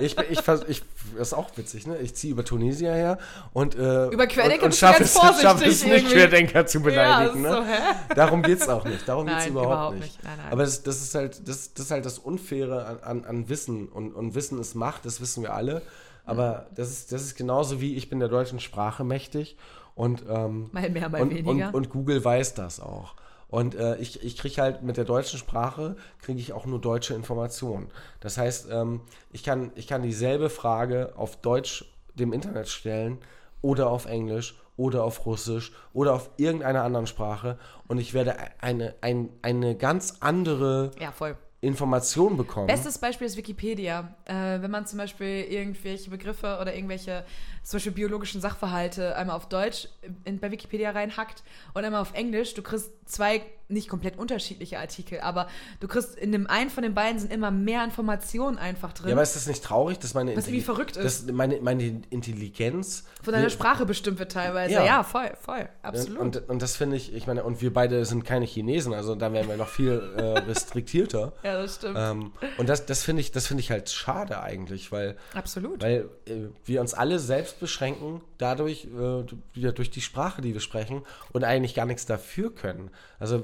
D: Ich, bin- ich, vers- ich, das ist auch witzig, ne? Ich ziehe über Tunesier her und, äh,
C: Über
D: und,
C: Querdenker
D: und
C: bist du
D: schaffe
C: ganz
D: es, schaff
C: vorsichtig
D: es nicht,
C: irgendwie.
D: Querdenker zu beleidigen.
C: Ja, ist so,
D: ne?
C: hä?
D: Darum geht es auch nicht. Darum geht es
C: Nein,
D: überhaupt,
C: überhaupt
D: nicht.
C: nicht. Nein, nein.
D: Aber das, das, ist halt, das, das ist halt das Unfaire an, an, an Wissen. Und, und Wissen ist Macht, das wissen wir alle. Aber
C: Mhm.
D: das, ist, das ist genauso wie ich bin der deutschen Sprache mächtig. Und, ähm,
C: Mal mehr, mal
D: und,
C: weniger.
D: Und, und Google weiß das auch. Und äh, ich, ich kriege halt mit der deutschen Sprache, kriege ich auch nur deutsche Informationen. Das heißt, ähm, ich, kann, ich kann dieselbe Frage auf Deutsch dem Internet stellen oder auf Englisch oder auf Russisch oder auf irgendeiner anderen Sprache und ich werde eine, ein, eine ganz andere
C: Ja, voll.
D: Information bekommen.
C: Bestes Beispiel ist Wikipedia. Äh, wenn man zum Beispiel irgendwelche Begriffe oder irgendwelche, zum Beispiel biologischen Sachverhalte, einmal auf Deutsch in, bei Wikipedia reinhackt und einmal auf Englisch, du kriegst zwei nicht komplett unterschiedliche Artikel, aber du kriegst in dem einen von den beiden sind immer mehr Informationen einfach drin.
D: ja, aber ist das nicht traurig, dass meine,
C: Was irgendwie
D: Intelli-
C: verrückt ist.
D: Dass meine, meine Intelligenz
C: von deiner Sprache bestimmt wird teilweise.
D: Ja.
C: Ja, voll, voll. Absolut.
D: Und, und das finde ich, ich meine, und wir beide sind keine Chinesen, also da wären wir noch viel äh, restriktierter.
C: ja, das stimmt.
D: ähm, und das, das finde ich, das finde ich halt schade eigentlich, weil,
C: Absolut.
D: weil äh, wir uns alle selbst beschränken, dadurch, äh, du- ja, durch die Sprache, die wir sprechen, und eigentlich gar nichts dafür können. Also äh,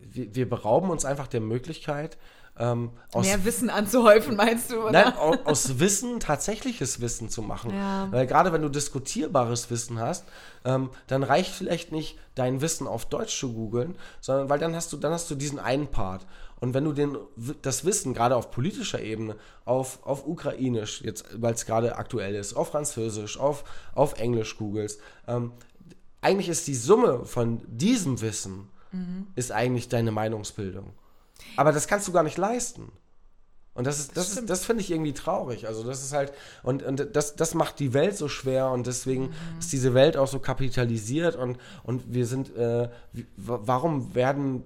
D: wir, wir berauben uns einfach der Möglichkeit, ähm, aus
C: Mehr Wissen anzuhäufen, meinst du? Oder?
D: Nein, au- aus Wissen tatsächliches Wissen zu machen.
C: Ja.
D: Weil gerade wenn du diskutierbares Wissen hast, ähm, dann reicht vielleicht nicht dein Wissen auf Deutsch zu googeln, sondern weil dann hast du dann hast du diesen einen Part. Und wenn du den, w- das Wissen gerade auf politischer Ebene, auf, auf Ukrainisch, jetzt weil es gerade aktuell ist, auf Französisch, auf, auf Englisch googelst, ähm, eigentlich ist die Summe von diesem Wissen ist eigentlich deine Meinungsbildung. Aber das kannst du gar nicht leisten. Und das ist, das, ist, das finde ich irgendwie traurig. Also das ist halt, und, und das, das macht die Welt so schwer und deswegen
C: Mhm.
D: ist diese Welt auch so kapitalisiert und, und wir sind, äh, wie, wa- warum werden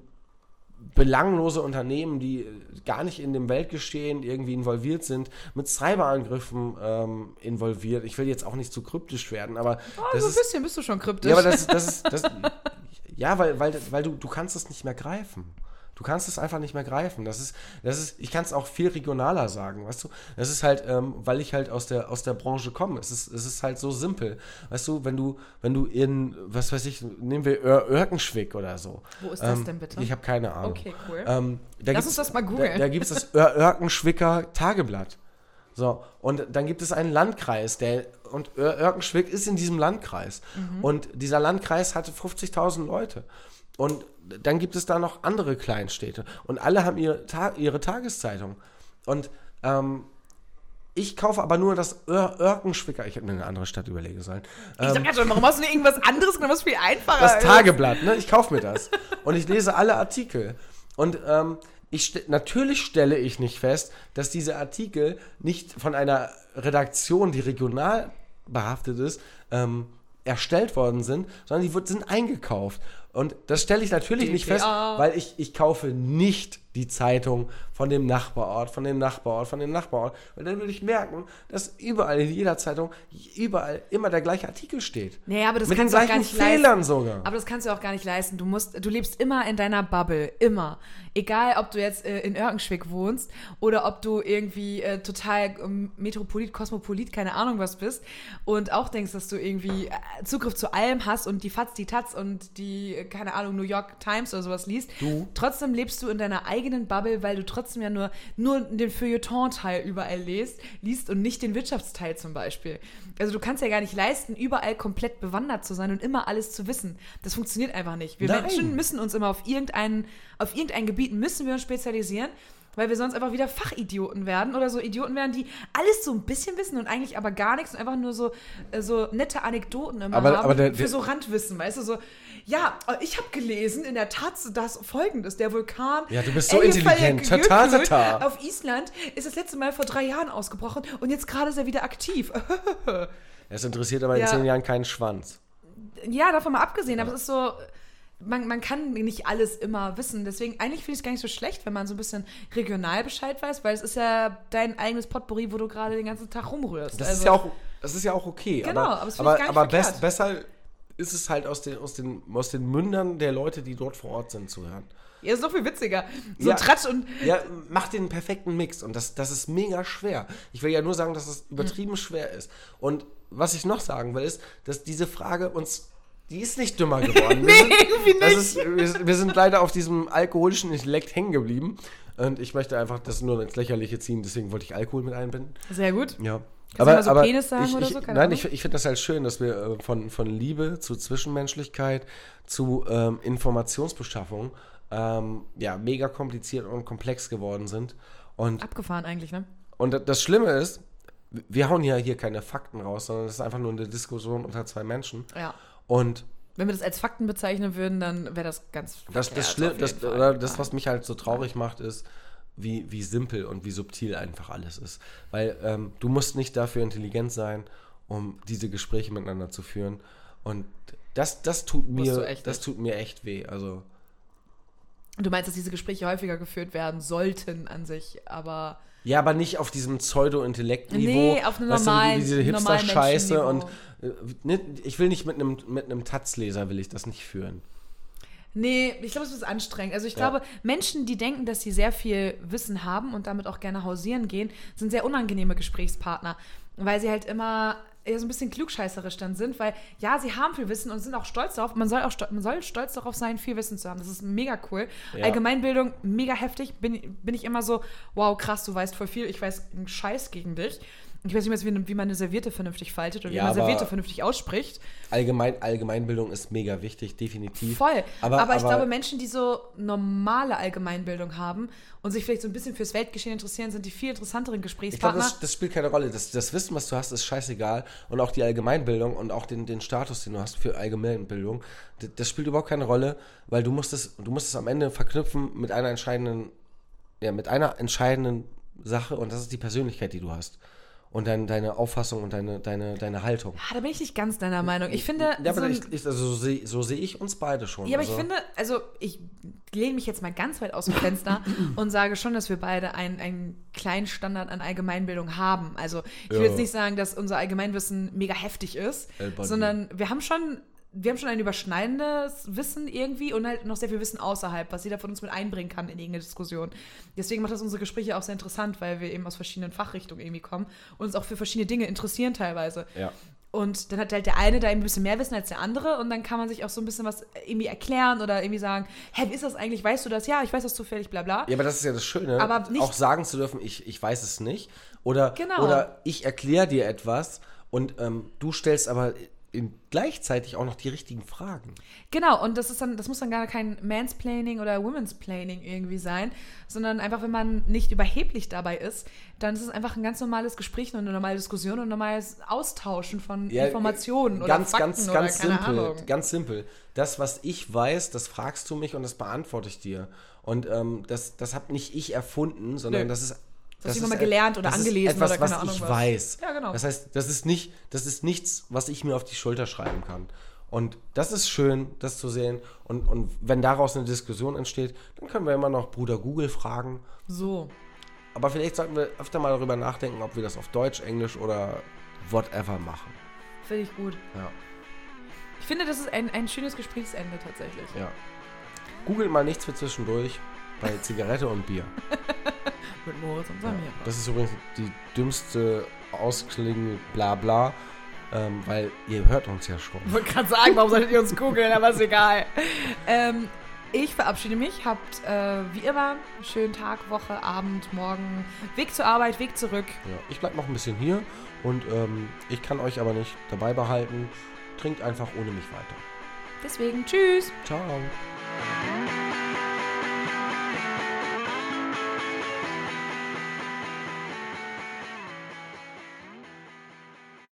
D: belanglose Unternehmen, die äh, gar nicht in dem Weltgeschehen irgendwie involviert sind, mit Cyberangriffen ähm, involviert. Ich will jetzt auch nicht zu kryptisch werden, aber das
C: so ein
D: ist,
C: bisschen bist du schon kryptisch.
D: ja, aber das, das ist. Das, ja, weil, weil, weil du, du kannst es nicht mehr greifen. Du kannst es einfach nicht mehr greifen. Das ist, das ist, ich kann es auch viel regionaler sagen, weißt du? Das ist halt, ähm, weil ich halt aus der, aus der Branche komme. Es ist, es ist halt so simpel. Weißt du, wenn du, wenn du in, was weiß ich, nehmen wir Ör Örkenschwick oder so.
C: Wo ist das
D: ähm,
C: denn bitte?
D: Ich habe keine Ahnung.
C: Okay, cool.
D: Ähm, da
C: Lass
D: gibt's-
C: uns das mal googeln.
D: Da, da gibt es das Ör Örkenschwicker Tageblatt. So, und dann gibt es einen Landkreis, der, und Ör- Örkenschwick ist in diesem Landkreis.
C: Mhm.
D: Und dieser Landkreis hatte 50.000 Leute. Und dann gibt es da noch andere Kleinstädte. Und alle haben ihre, Ta ihre Tageszeitung. Und ähm, ich kaufe aber nur das Ör Örkenschwicker, ich hätte mir eine andere Stadt überlegen sollen.
C: ich sag ja schon, warum hast du nicht irgendwas anderes genommen, was viel einfacher also.
D: Das
C: ist?
D: Tageblatt, ne? Ich kaufe mir das. Und ich lese alle Artikel. Und ähm, ich ste- natürlich stelle ich nicht fest, dass diese Artikel nicht von einer Redaktion, die regional behaftet ist, ähm, erstellt worden sind, sondern die wurden- sind eingekauft. Und das stelle ich natürlich nicht fest,
C: DPA.
D: weil ich, ich kaufe nicht die Zeitung von dem Nachbarort, von dem Nachbarort, von dem Nachbarort. Weil dann würde ich merken, dass überall in jeder Zeitung, überall immer der gleiche Artikel steht.
C: Naja, aber das
D: Mit den
C: kannst du auch gar
D: gleichen
C: nicht
D: Fehlern
C: leisten.
D: sogar.
C: Aber das kannst du auch gar nicht leisten. Du musst, du lebst immer in deiner Bubble, immer. Egal, ob du jetzt äh, in Örkenschwick wohnst oder ob du irgendwie äh, total ähm, Metropolit, Kosmopolit, keine Ahnung was bist und auch denkst, dass du irgendwie äh, Zugriff zu allem hast und die Fatz, die Taz und die, äh, keine Ahnung, New York Times oder sowas liest.
D: Du?
C: Trotzdem lebst du in deiner eigenen Bubble, weil du trotzdem ja nur, nur den Feuilleton-Teil überall liest, liest und nicht den Wirtschaftsteil zum Beispiel. Also du kannst ja gar nicht leisten, überall komplett bewandert zu sein und immer alles zu wissen. Das funktioniert einfach nicht. Wir
D: Nein.
C: Menschen müssen uns immer auf irgendeinen, auf irgendein Gebiet müssen wir uns spezialisieren, weil wir sonst einfach wieder Fachidioten werden oder so Idioten werden, die alles so ein bisschen wissen und eigentlich aber gar nichts und einfach nur so, äh, so nette Anekdoten immer
D: Aber-
C: haben
D: aber der-
C: für
D: der-
C: so Randwissen, weißt du, so, ja, ich habe gelesen in der Taz, dass folgendes, der Vulkan
D: Ja, du bist so
C: Eyjafjallajökull
D: intelligent. Ta, ta, ta, ta.
C: Auf Island ist das letzte Mal vor drei Jahren ausgebrochen und jetzt gerade ist er wieder aktiv.
D: Es interessiert aber in
C: Ja.
D: zehn Jahren keinen Schwanz.
C: ja, davon mal abgesehen, aber es ist so, man, man kann nicht alles immer wissen. Deswegen, eigentlich finde ich es gar nicht so schlecht, wenn man so ein bisschen regional Bescheid weiß, weil es ist ja dein eigenes Potpourri, wo du gerade den ganzen Tag rumrührst.
D: Das
C: also,
D: ist ja auch, das ist ja auch okay.
C: Genau,
D: aber
C: aber
D: aber,
C: es finde ich
D: aber,
C: gar nicht
D: best,
C: verkehrt.
D: besser ist es halt aus den, aus, den, aus den Mündern der Leute, die dort vor Ort sind, zu hören.
C: ja, ist doch viel witziger. So
D: Ja.
C: Tratsch und
D: Ja, mach den perfekten Mix und das, das ist mega schwer. Ich will ja nur sagen, dass es übertrieben schwer ist. Und was ich noch sagen will, ist, dass diese Frage uns, die ist nicht dümmer geworden. nee,
C: irgendwie
D: Das ist, wir, sind- wir sind leider auf diesem alkoholischen Intellekt hängen geblieben. Und ich möchte einfach das nur ins Lächerliche ziehen, deswegen wollte ich Alkohol mit einbinden.
C: sehr gut.
D: Ja.
C: Kannst du mal so Penis sagen
D: ich,
C: oder
D: ich,
C: so? Keine
D: Nein,
C: Ahnung.
D: ich, ich finde das halt schön, dass wir äh, von, von Liebe zu Zwischenmenschlichkeit zu ähm, Informationsbeschaffung ähm, ja, mega kompliziert und komplex geworden sind. Und,
C: Abgefahren eigentlich, ne?
D: und da- das Schlimme ist, w- wir hauen ja hier keine Fakten raus, sondern es ist einfach nur eine Diskussion unter zwei Menschen.
C: Ja.
D: Und
C: Wenn wir das als Fakten bezeichnen würden, dann wäre das ganz.
D: das, das,
C: verkehrt
D: Schlimm,
C: auf
D: das,
C: jeden Fall.
D: oder das, was mich halt so traurig macht, ist, wie, wie simpel und wie subtil einfach alles ist. Weil ähm, du musst nicht dafür intelligent sein, um diese Gespräche miteinander zu führen. Und das, das tut
C: du
D: mir,
C: echt
D: das
C: nicht.
D: tut mir echt weh. Also
C: Du meinst, dass diese Gespräche häufiger geführt werden sollten an sich, aber
D: ja, aber nicht auf diesem Pseudo-Intellekt-Niveau.
C: Nee, auf einem
D: weißt du,
C: normalen-
D: wie diese
C: normalen
D: Hipster-Scheiße und
C: Menschenniveau.
D: äh, ne, ich will nicht mit einem mit einem Taz-Leser will ich das nicht führen.
C: nee, ich glaube, es ist anstrengend. Also ich glaube, Menschen, die denken, dass sie sehr viel Wissen haben und damit auch gerne hausieren gehen, sind sehr unangenehme Gesprächspartner, weil sie halt immer eher so ein bisschen klugscheißerisch dann sind, weil ja, sie haben viel Wissen und sind auch stolz darauf. Man soll auch stol man soll stolz darauf sein, viel Wissen zu haben. Das ist mega cool.
D: Ja.
C: Allgemeinbildung, mega heftig. Bin, bin ich immer so, wow, krass, du weißt voll viel. Ich weiß einen Scheiß gegen dich. Ich weiß nicht mehr, wie, wie man eine Serviette vernünftig faltet oder
D: Ja,
C: wie man
D: aber-
C: Serviette vernünftig ausspricht.
D: Allgemein, Allgemeinbildung ist mega wichtig, definitiv.
C: Voll.
D: Aber,
C: Aber, ich glaube, Menschen, die so normale Allgemeinbildung haben und sich vielleicht so ein bisschen fürs Weltgeschehen interessieren, sind die viel interessanteren
D: Ich glaube,
C: Gesprächspartner.
D: das, das spielt keine Rolle. Das, das Wissen, was du hast, ist scheißegal. Und auch die Allgemeinbildung und auch den, den Status, den du hast für Allgemeinbildung, das, das spielt überhaupt keine Rolle, weil du musst es, du musst es am Ende verknüpfen mit einer entscheidenden, ja, mit einer entscheidenden Sache und das ist die Persönlichkeit, die du hast. Und dein, deine Auffassung und deine, deine, deine Haltung.
C: ah, da bin ich nicht ganz deiner Meinung. Ich finde,
D: Ja,
C: so
D: aber
C: ein,
D: ich, ich, also so sehe so seh ich uns beide schon.
C: ja, aber
D: also,
C: ich finde, also ich lehne mich jetzt mal ganz weit aus dem Fenster und sage schon, dass wir beide einen, einen kleinen Standard an Allgemeinbildung haben. Also ich will
D: Ja.
C: jetzt nicht sagen, dass unser Allgemeinwissen mega heftig ist,
D: El Bandi.
C: sondern wir haben schon. Wir haben schon ein überschneidendes Wissen irgendwie und halt noch sehr viel Wissen außerhalb, was jeder von uns mit einbringen kann in irgendeine Diskussion. Deswegen macht das unsere Gespräche auch sehr interessant, weil wir eben aus verschiedenen Fachrichtungen irgendwie kommen und uns auch für verschiedene Dinge interessieren teilweise.
D: Ja.
C: Und dann hat halt der eine da eben ein bisschen mehr Wissen als der andere und dann kann man sich auch so ein bisschen was irgendwie erklären oder irgendwie sagen, hä, wie ist das eigentlich, weißt du das? Ja, ich weiß das zufällig, bla bla.
D: Ja, aber das ist ja das Schöne,
C: Aber nicht-
D: auch sagen zu dürfen, ich, ich weiß es nicht. Oder,
C: Genau.
D: oder ich erkläre dir etwas und ähm, du stellst aber in, gleichzeitig auch noch die richtigen Fragen.
C: Genau, und das ist dann, das muss dann gar kein Mansplaining oder Women'splaining irgendwie sein, sondern einfach, wenn man nicht überheblich dabei ist, dann ist es einfach ein ganz normales Gespräch und eine normale Diskussion und ein normales Austauschen von Informationen oder
D: äh, ganz,
C: Fakten
D: ganz,
C: oder
D: ganz
C: keine
D: simpel,
C: Ahnung.
D: ganz simpel. Das, was ich weiß, das fragst du mich und das beantworte ich dir. Und ähm, das, das habe nicht ich erfunden, sondern
C: Nö.
D: das ist
C: hast du irgendwann mal gelernt oder
D: das
C: angelesen
D: ist etwas,
C: oder
D: was
C: keine
D: ich
C: Ahnung was.
D: weiß.
C: Ja, genau.
D: Das heißt, das ist nicht, das ist nichts, was ich mir auf die Schulter schreiben kann. Und das ist schön, das zu sehen. Und, und wenn daraus eine Diskussion entsteht, dann können wir immer noch Bruder Google fragen.
C: So.
D: Aber vielleicht sollten wir öfter mal darüber nachdenken, ob wir das auf Deutsch, Englisch oder whatever machen.
C: Finde ich gut.
D: Ja.
C: Ich finde, das ist ein, ein schönes Gesprächsende tatsächlich.
D: Ja. Google mal nichts für zwischendurch bei Zigarette und Bier.
C: Mit Moritz und
D: Ja.
C: Samir.
D: Das ist übrigens die dümmste Ausklinge, bla bla, ähm, weil ihr hört uns ja schon.
C: Ich wollte gerade sagen, warum solltet ihr uns googeln, aber ist egal. Ähm, ich verabschiede mich. Habt äh, wie immer einen schönen Tag, Woche, Abend, Morgen. Weg zur Arbeit, Weg zurück.
D: Ja. Ich bleib noch ein bisschen hier und ähm, ich kann euch aber nicht dabei behalten. Trinkt einfach ohne mich weiter.
C: Deswegen, tschüss.
D: Ciao.